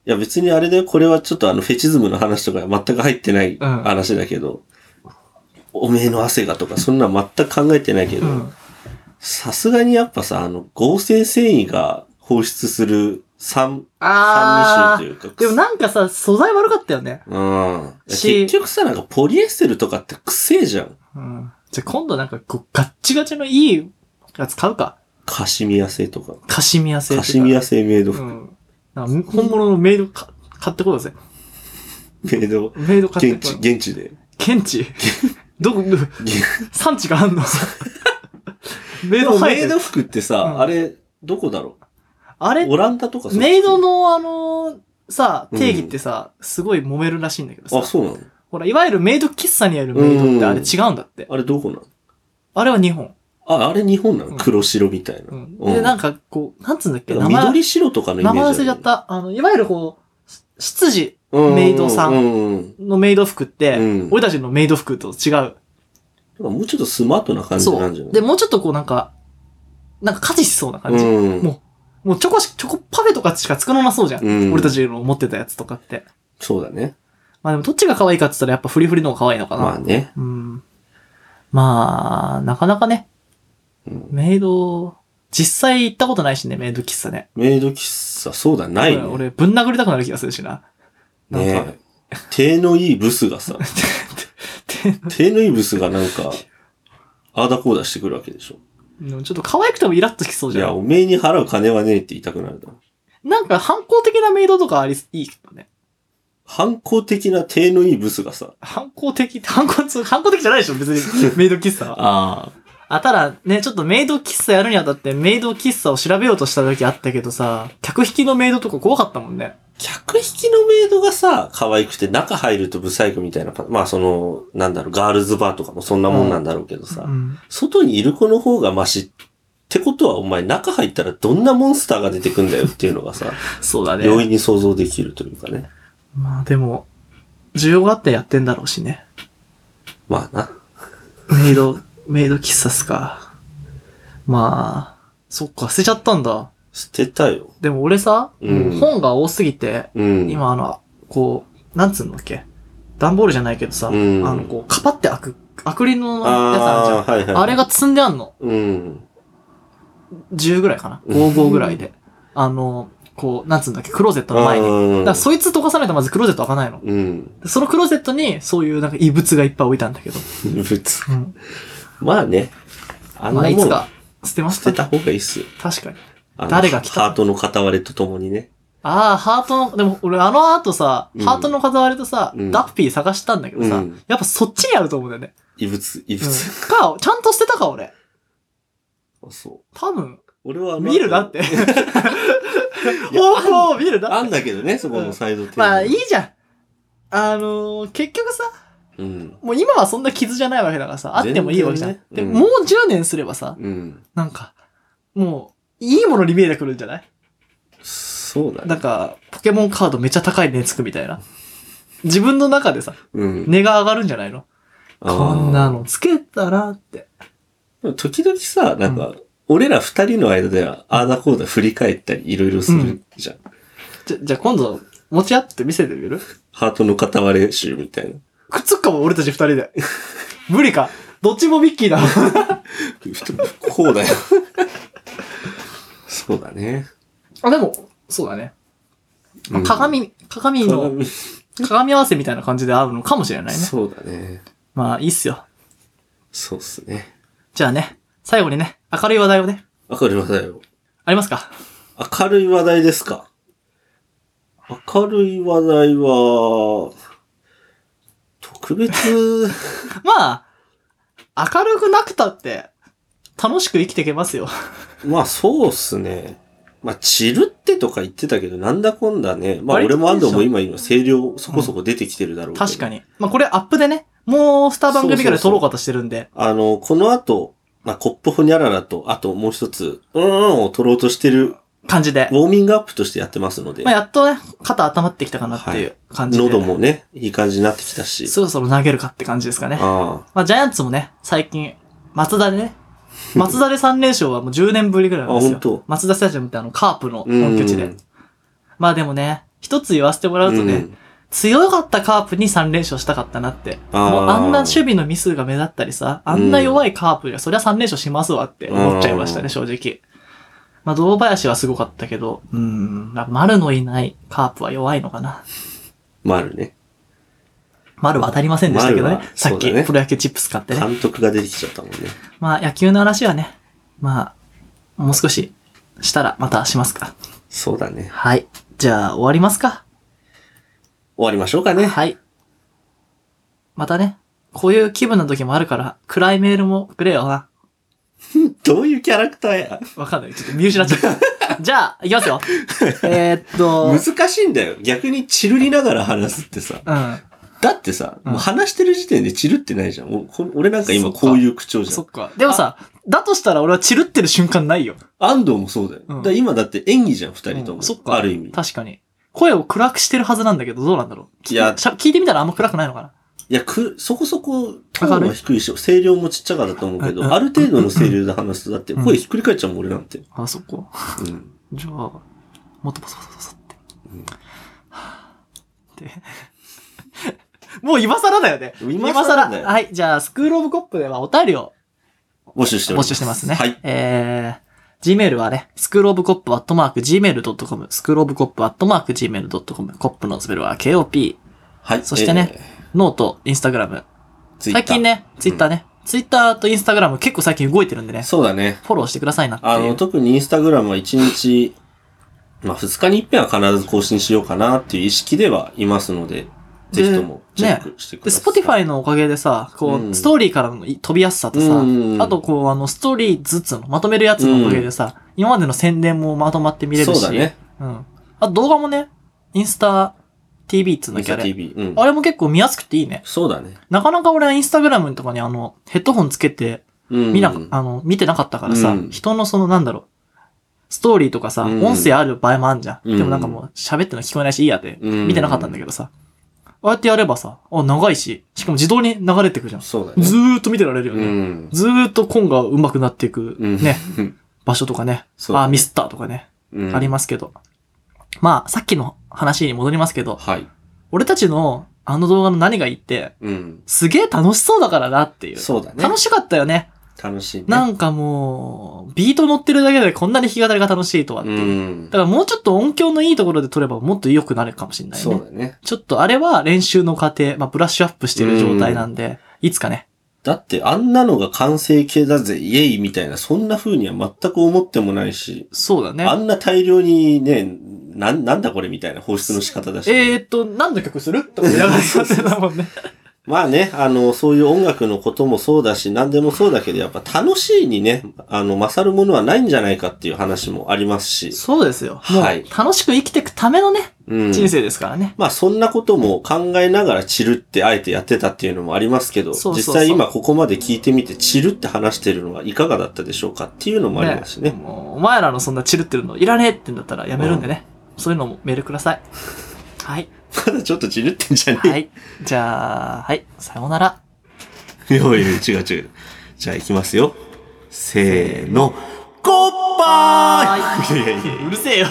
Speaker 1: や別にあれだよ、これはちょっとあのフェチズムの話とか全く入ってない
Speaker 2: うん
Speaker 1: 話だけど、おめえの汗がとかそんなん全く考えてないけ
Speaker 2: う
Speaker 1: ど、
Speaker 2: ん。
Speaker 1: さすがにやっぱさ、あの合成繊維が放出する酸、酸
Speaker 2: あ
Speaker 1: 味
Speaker 2: ー。
Speaker 1: 臭というか、
Speaker 2: でもなんかさ、素材悪かったよね。
Speaker 1: うん。
Speaker 2: し
Speaker 1: 結局さ、なんかポリエステルとかってくせえじゃん。
Speaker 2: うん。じゃ、今度なんかこう、ガッチガチのいいやつ買うか。
Speaker 1: カシミヤ製とか。
Speaker 2: カシミヤ製と
Speaker 1: カ
Speaker 2: か。
Speaker 1: シミヤ製メイド
Speaker 2: う
Speaker 1: 服、
Speaker 2: ん。なんか本物のメイドか買ってこようぜ。
Speaker 1: メイド、
Speaker 2: メイド買っ
Speaker 1: 現
Speaker 2: てこ
Speaker 1: 地、
Speaker 2: よう。
Speaker 1: 現地で。
Speaker 2: 現地どこ、どこ産地があんのメイ
Speaker 1: で
Speaker 2: ド
Speaker 1: も
Speaker 2: 生え
Speaker 1: メ
Speaker 2: て
Speaker 1: イ
Speaker 2: る
Speaker 1: ド。服ってさ、
Speaker 2: うん
Speaker 1: あれ、どこだろ
Speaker 2: あれ
Speaker 1: うオランダとかそっち
Speaker 2: メイドのあのーさ、定義ってさ、すごい揉めるらしいんだけど
Speaker 1: あ、
Speaker 2: さ。
Speaker 1: そうなの
Speaker 2: ほら、いわゆるメイド喫茶にあるメイドってあれ違うんだって。
Speaker 1: あれどこなの
Speaker 2: あれは日本。
Speaker 1: あ、あれ日本なの、
Speaker 2: うん
Speaker 1: 黒白みたいな。
Speaker 2: うん
Speaker 1: うん
Speaker 2: で、なんかこう、なんつうんだっけ、名前、
Speaker 1: 緑白とかのイメ
Speaker 2: 名
Speaker 1: ージ
Speaker 2: 前
Speaker 1: ある
Speaker 2: 忘れちゃった。あの、いわゆるこう、し執事
Speaker 1: うん
Speaker 2: メイドさん
Speaker 1: うんうん
Speaker 2: のメイド服って、
Speaker 1: うん
Speaker 2: 俺たちのメイド服と違う。
Speaker 1: なんかもうちょっとスマートな感じ
Speaker 2: そ
Speaker 1: なんじゃな
Speaker 2: う。
Speaker 1: い
Speaker 2: で、もうちょっとこうなんか、なんか家事しそうな感じ。
Speaker 1: うん
Speaker 2: ももうチョコし、チョコパフェとかしか作らなそうじゃん。
Speaker 1: うん
Speaker 2: 俺たちの持ってたやつとかって。
Speaker 1: そうだね。
Speaker 2: まあでもどっちが可愛いかって言ったらやっぱフリフリの方が可愛いのかな。
Speaker 1: まあね。
Speaker 2: うん。まあ、なかなかね、
Speaker 1: うん
Speaker 2: メイド、実際行ったことないしね、メイド喫茶ね。
Speaker 1: メイド喫茶、そうだ、ないね。
Speaker 2: 俺、俺ぶん殴りたくなる気がするしな。なんか
Speaker 1: ねえ手のいいブスがさ、手縫いブスがなんか、あーだこうだしてくるわけでしょ。
Speaker 2: でもちょっと可愛くてもイラッときそう
Speaker 1: い
Speaker 2: じゃ
Speaker 1: や、
Speaker 2: ん。
Speaker 1: おめえに払う金はねえって言いたくなるな。
Speaker 2: なんか反抗的なメイドとかあり、いいけどね。
Speaker 1: 反抗的な手のいいブスがさ。
Speaker 2: 反抗的、反抗つ、反抗的じゃないでしょ、別 に。メイド喫茶は。
Speaker 1: ああ。
Speaker 2: あ、ただね、ちょっとメイド喫茶やるにあたって、メイド喫茶を調べようとした時あったけどさ、客引きのメイドとか怖かったもんね。
Speaker 1: 客引きのメイドがさ、可愛くて中入るとブサイクみたいな感じ。まあその、なんだろう、ガールズバーとかもそんなもんなんだろうけどさ。
Speaker 2: うん。
Speaker 1: 外にいる子の方がマシってことはお前中入ったらどんなモンスターが出てくんだよっていうのがさ、
Speaker 2: そうだね。
Speaker 1: 容易に想像できるというかね。
Speaker 2: まあでも、需要があってやってんだろうしね。
Speaker 1: まあな。
Speaker 2: メイド、 メイド喫茶っすか。まあ、そっか、捨てちゃったんだ。
Speaker 1: 捨てたよ。
Speaker 2: でも俺さ、
Speaker 1: うん
Speaker 2: 本が多すぎて、
Speaker 1: うん。。
Speaker 2: 今あの、こう、なんつうんだっけ段ボールじゃないけどさ、
Speaker 1: うん
Speaker 2: あの、こう、カパって開く、アクリルのやつあるじゃ
Speaker 1: あ。
Speaker 2: ん
Speaker 1: あ、はいはい。
Speaker 2: あれ
Speaker 1: が。
Speaker 2: が積んであんの。
Speaker 1: うん。
Speaker 2: 10ぐらいかな。55ぐらいで。あの、こう、なんつうんだっけ、クローゼットの前に。だ
Speaker 1: に
Speaker 2: からそいつ溶かさないとまずクローゼット開かないの。
Speaker 1: うん。
Speaker 2: でそのクローゼットに、そういうなんか異物がいっぱい置いたんだけど。
Speaker 1: 物。
Speaker 2: うん。
Speaker 1: まあね。あんな
Speaker 2: まあ、
Speaker 1: も
Speaker 2: いつ
Speaker 1: ん
Speaker 2: か捨てまし
Speaker 1: 捨てた
Speaker 2: た。
Speaker 1: 方がいいっ すよ。
Speaker 2: 確かに。
Speaker 1: あの
Speaker 2: 誰が来た
Speaker 1: ハートの片割れとともにね。
Speaker 2: ああ、ハートの、でも俺あの後さ、
Speaker 1: うん
Speaker 2: ハートの片割れとさ、
Speaker 1: うん
Speaker 2: ダッフィー探したんだけどさ、
Speaker 1: うん
Speaker 2: やっぱそっちにあると思うんだよね。
Speaker 1: 異物、異
Speaker 2: うん
Speaker 1: 物。
Speaker 2: か、ちゃんと捨てたか俺。
Speaker 1: あそう。
Speaker 2: 多分、
Speaker 1: 俺はあの後
Speaker 2: 見るなって。 おお、見るな
Speaker 1: あ
Speaker 2: って。
Speaker 1: んだけどね、そこのサイドテーブル
Speaker 2: まあいい。じゃん。あのー、結局さ、
Speaker 1: うん。
Speaker 2: もう今はそんな傷じゃないわけだからさ、あってもいいわけじゃん。
Speaker 1: 全然ね
Speaker 2: で
Speaker 1: うん
Speaker 2: もう10年すればさ、
Speaker 1: うん。
Speaker 2: なんか、もう、いいものに見えてくるんじゃない
Speaker 1: そうだね。
Speaker 2: なんか、ポケモンカードめっちゃ高い値つくみたいな。自分の中でさ、
Speaker 1: うん。
Speaker 2: 値が上がるんじゃないの
Speaker 1: あー
Speaker 2: こんな。のつけたらって。
Speaker 1: でも時々さ、なんか、俺ら二人の間では、ああだこうだ振り返ったり、いろいろするじゃん。
Speaker 2: じゃ、じゃあ今度、持ち合って見せてみる
Speaker 1: ハートの片割れ集みたいな。
Speaker 2: くっつくかも、俺たち二 人で。無理か。どっちもミッキーだ。
Speaker 1: こ うだよ。そうだね。
Speaker 2: あ、でも、そうだね。
Speaker 1: うん
Speaker 2: 鏡、鏡の、
Speaker 1: 鏡
Speaker 2: 鏡合わせみたいな感じで合うのかもしれないね。
Speaker 1: そうだね。
Speaker 2: まあ、いいっすよ。
Speaker 1: そうっすね。
Speaker 2: じゃあね、最後にね、明るい話題をね、
Speaker 1: 明るい話題を。
Speaker 2: ありますか
Speaker 1: 明るい話題ですか明るい話題は、特別、
Speaker 2: まあ、明るくなくたって、楽しく生きていけますよ。
Speaker 1: まあそうっすね。まあ散るってとか言ってたけど、なんだこんだね。まあ
Speaker 2: 割と
Speaker 1: 俺も安藤も
Speaker 2: テンシ
Speaker 1: 今今声量そこそこ出てきてるだろうけど。
Speaker 2: 確かに。まあ、これアップでね、もう二番組ぐらい撮ろうかとしてるんで。
Speaker 1: あの、この後、まあコップホニャララと、あともう一つ、うーんを取ろうとしてる、
Speaker 2: 感じで
Speaker 1: ウ。ォーミングアップとしてやってますので
Speaker 2: まあ、、やっとね、肩温まってきたかなっていう感じで。
Speaker 1: 喉もね、いい感じになってきたし。
Speaker 2: そろそろ投げるかって感じですかね。
Speaker 1: あ
Speaker 2: まあ、ジャイアンツもね、最近、松田でね、松田で3連勝はもう10年ぶりぐらいなんですよ。
Speaker 1: あ本当
Speaker 2: 松田スタジアムってあの、カープの
Speaker 1: あ。うん
Speaker 2: 本拠地で。まあでもね、一つ言わせてもらうとね、
Speaker 1: うん
Speaker 2: 強かったカープに3連勝したかったなって。
Speaker 1: あー
Speaker 2: もうあんな守備のミスが目立ったりさ、あんな弱いカープがそりゃ3連勝しますわって思っちゃいました
Speaker 1: う
Speaker 2: ね、
Speaker 1: ん
Speaker 2: 正直。まあ、堂林はすごかったけど、うん、やっぱ丸のいないカープは弱いのかな。
Speaker 1: 丸ね。
Speaker 2: 丸は当たりませんでしたけどね
Speaker 1: 丸は。
Speaker 2: さ
Speaker 1: そ
Speaker 2: っ
Speaker 1: うだ
Speaker 2: き、
Speaker 1: ね
Speaker 2: プロ野球チップス買ってね。
Speaker 1: 監督が出てきちゃったもんね。
Speaker 2: まあ、野球の話はね、まあ、もう少ししたらまたしますか。
Speaker 1: そうだね。
Speaker 2: はい。じゃあ、終わりますか。
Speaker 1: 終わりましょうかね。
Speaker 2: はい。またね、こういう気分の時もあるから、暗いメールもくれよな。
Speaker 1: どういうキャラクターや
Speaker 2: わかんない。ちょっと見失っち ゃった。じゃあ、いきますよ。えーっと、
Speaker 1: 難しいんだよ。逆にチルりながら話すってさ。
Speaker 2: う
Speaker 1: だってさ、
Speaker 2: うん
Speaker 1: もう話してる時点でチルってないじゃん。おこ俺なんか今こういう口調
Speaker 2: ん。
Speaker 1: じゃ
Speaker 2: そ
Speaker 1: ん
Speaker 2: っ。か。でもさ、だとしたら俺は散るってる瞬間ないよ。
Speaker 1: 安藤もそうだよ。
Speaker 2: うん
Speaker 1: だから今だって演技じゃん、二人とも。
Speaker 2: うんそっか。
Speaker 1: ある意味。
Speaker 2: 確かに。声を暗くしてるはずなんだけど、どうなんだろう。
Speaker 1: いや
Speaker 2: しゃ聞いてみたらあんま暗くないのかな。
Speaker 1: いや、く、そこそこ、ト
Speaker 2: わか
Speaker 1: ーン
Speaker 2: る
Speaker 1: は低いし、声量もちっちゃかったと思うけ
Speaker 2: うんうん
Speaker 1: ど、ある程度の声量で話すと、だって声ひっくり返っちゃうもん、俺なんて。
Speaker 2: あ、そこ。
Speaker 1: うん。
Speaker 2: じゃあ、もっとボソボソボソって。
Speaker 1: うん
Speaker 2: はぁって。 もう今更だよね。
Speaker 1: 今更だよ
Speaker 2: はい。じゃあ、スクールオブコップではお便りを
Speaker 1: 募集して
Speaker 2: 募
Speaker 1: ます。
Speaker 2: 集してますね。
Speaker 1: はい。
Speaker 2: えー、gmail はね、スクールオブコップアットマーク gmail.com、スクールオブコップアットマーク gmail.com、コップのスペルは KOP、
Speaker 1: はい。
Speaker 2: そしてね
Speaker 1: えー。
Speaker 2: ノート、インスタグラム、
Speaker 1: ツイッター
Speaker 2: 最近ね、ツイッターね。ツイッターとインスタグラム結構最近動いてるんでね。
Speaker 1: そうだね。
Speaker 2: フォローしてくださいなって
Speaker 1: あ
Speaker 2: い
Speaker 1: の、
Speaker 2: う。
Speaker 1: 特にインスタグラムは1日、まあ2日に一遍は必ず更新しようかなっていう意識ではいますので、ぜひともチェックしてく
Speaker 2: で、
Speaker 1: ださい。
Speaker 2: Spotify のおかげでさ、こう、
Speaker 1: うん
Speaker 2: ストーリーからの飛びやすさとさ、
Speaker 1: うん
Speaker 2: あとこう、あの、ストーリーずつの、まとめるやつのおかげでさ、今までの宣伝もまとまって見れるし、
Speaker 1: そうだね。
Speaker 2: うん。あと動画もね、インスタ TV っつうんだ
Speaker 1: ミ
Speaker 2: っけ
Speaker 1: サ
Speaker 2: あれ。
Speaker 1: TV。うん。
Speaker 2: あれも結構見やすくていいね。
Speaker 1: そうだね。
Speaker 2: なかなか俺はインスタグラムとかにあの、ヘッドホンつけて、
Speaker 1: うん。
Speaker 2: 見な、あの、見てなかったからさ、
Speaker 1: うん
Speaker 2: 人のそのなんだろう、ストーリーとかさ、
Speaker 1: うん
Speaker 2: 音声ある場合もあんじゃん。
Speaker 1: うん
Speaker 2: でもなんかもう喋ってんの聞こえないしいいやって、
Speaker 1: うん
Speaker 2: 見てなかったんだけどさ。ああやってやればさ、あ、長いし、しかも自動に流れてくじゃん。
Speaker 1: そうだね。
Speaker 2: ずーっと見てられるよ
Speaker 1: う
Speaker 2: ね。
Speaker 1: ん。
Speaker 2: ずーっとコンが上手くなっていく、
Speaker 1: うん
Speaker 2: ね、。場所とかね。
Speaker 1: そう
Speaker 2: あ、ミスったとかね、
Speaker 1: うん
Speaker 2: ありますけど。まあ、さっきの話に戻りますけど、
Speaker 1: はい。
Speaker 2: 俺たちのあの動画の何がいいって、
Speaker 1: うん。
Speaker 2: すげえ楽しそうだからなっていう。
Speaker 1: そうだね。
Speaker 2: 楽しかったよね。
Speaker 1: 楽しいね。
Speaker 2: なんかもう、ビート乗ってるだけでこんなに弾き語りが楽しいとはって
Speaker 1: う
Speaker 2: いう。
Speaker 1: ん
Speaker 2: だ。からもうちょっと音響のいいところで撮ればもっと良くなるかもしれない
Speaker 1: そ
Speaker 2: ね
Speaker 1: う。だね。
Speaker 2: ちょっとあれは練習の過程、まあブラッシュアップしてる状態なんで、いつかね。
Speaker 1: だってあんなのが完成形だぜ、イエイみたいな、そんな風には全く思ってもないし、
Speaker 2: そうだね
Speaker 1: あ。んな大量にね、なん、なんだこれみたいな放出の仕方だし。
Speaker 2: えーっと、何の曲するとかやられてたもんね。
Speaker 1: まあね、あの、そういう音楽のこともそうだし、何でもそうだけど、やっぱ楽しいにね、あの、勝るものはないんじゃないかっていう話もありますし、
Speaker 2: そうですよ。もう
Speaker 1: はい
Speaker 2: 楽しく生きていくためのね、
Speaker 1: うん。
Speaker 2: 人生ですからね。
Speaker 1: まあそんなことも考えながら散るってあえてやってたっていうのもありますけど、
Speaker 2: そうそうそう
Speaker 1: 実際今ここまで聞いてみて散るって話してるのはいかがだったでしょうかっていうのもありますしね。
Speaker 2: もう、お前らのそんなチルってるのいらねえってんだったらやめるんでね。そういうのもメールください。はい。
Speaker 1: まだちょっと散るってんじゃねえよ
Speaker 2: は。い。じゃあ、はい。さようなら。
Speaker 1: いやいや、違う違う。じゃあ行きますよ。せーの。ゴッバイいやいやいや
Speaker 2: うるせえよ。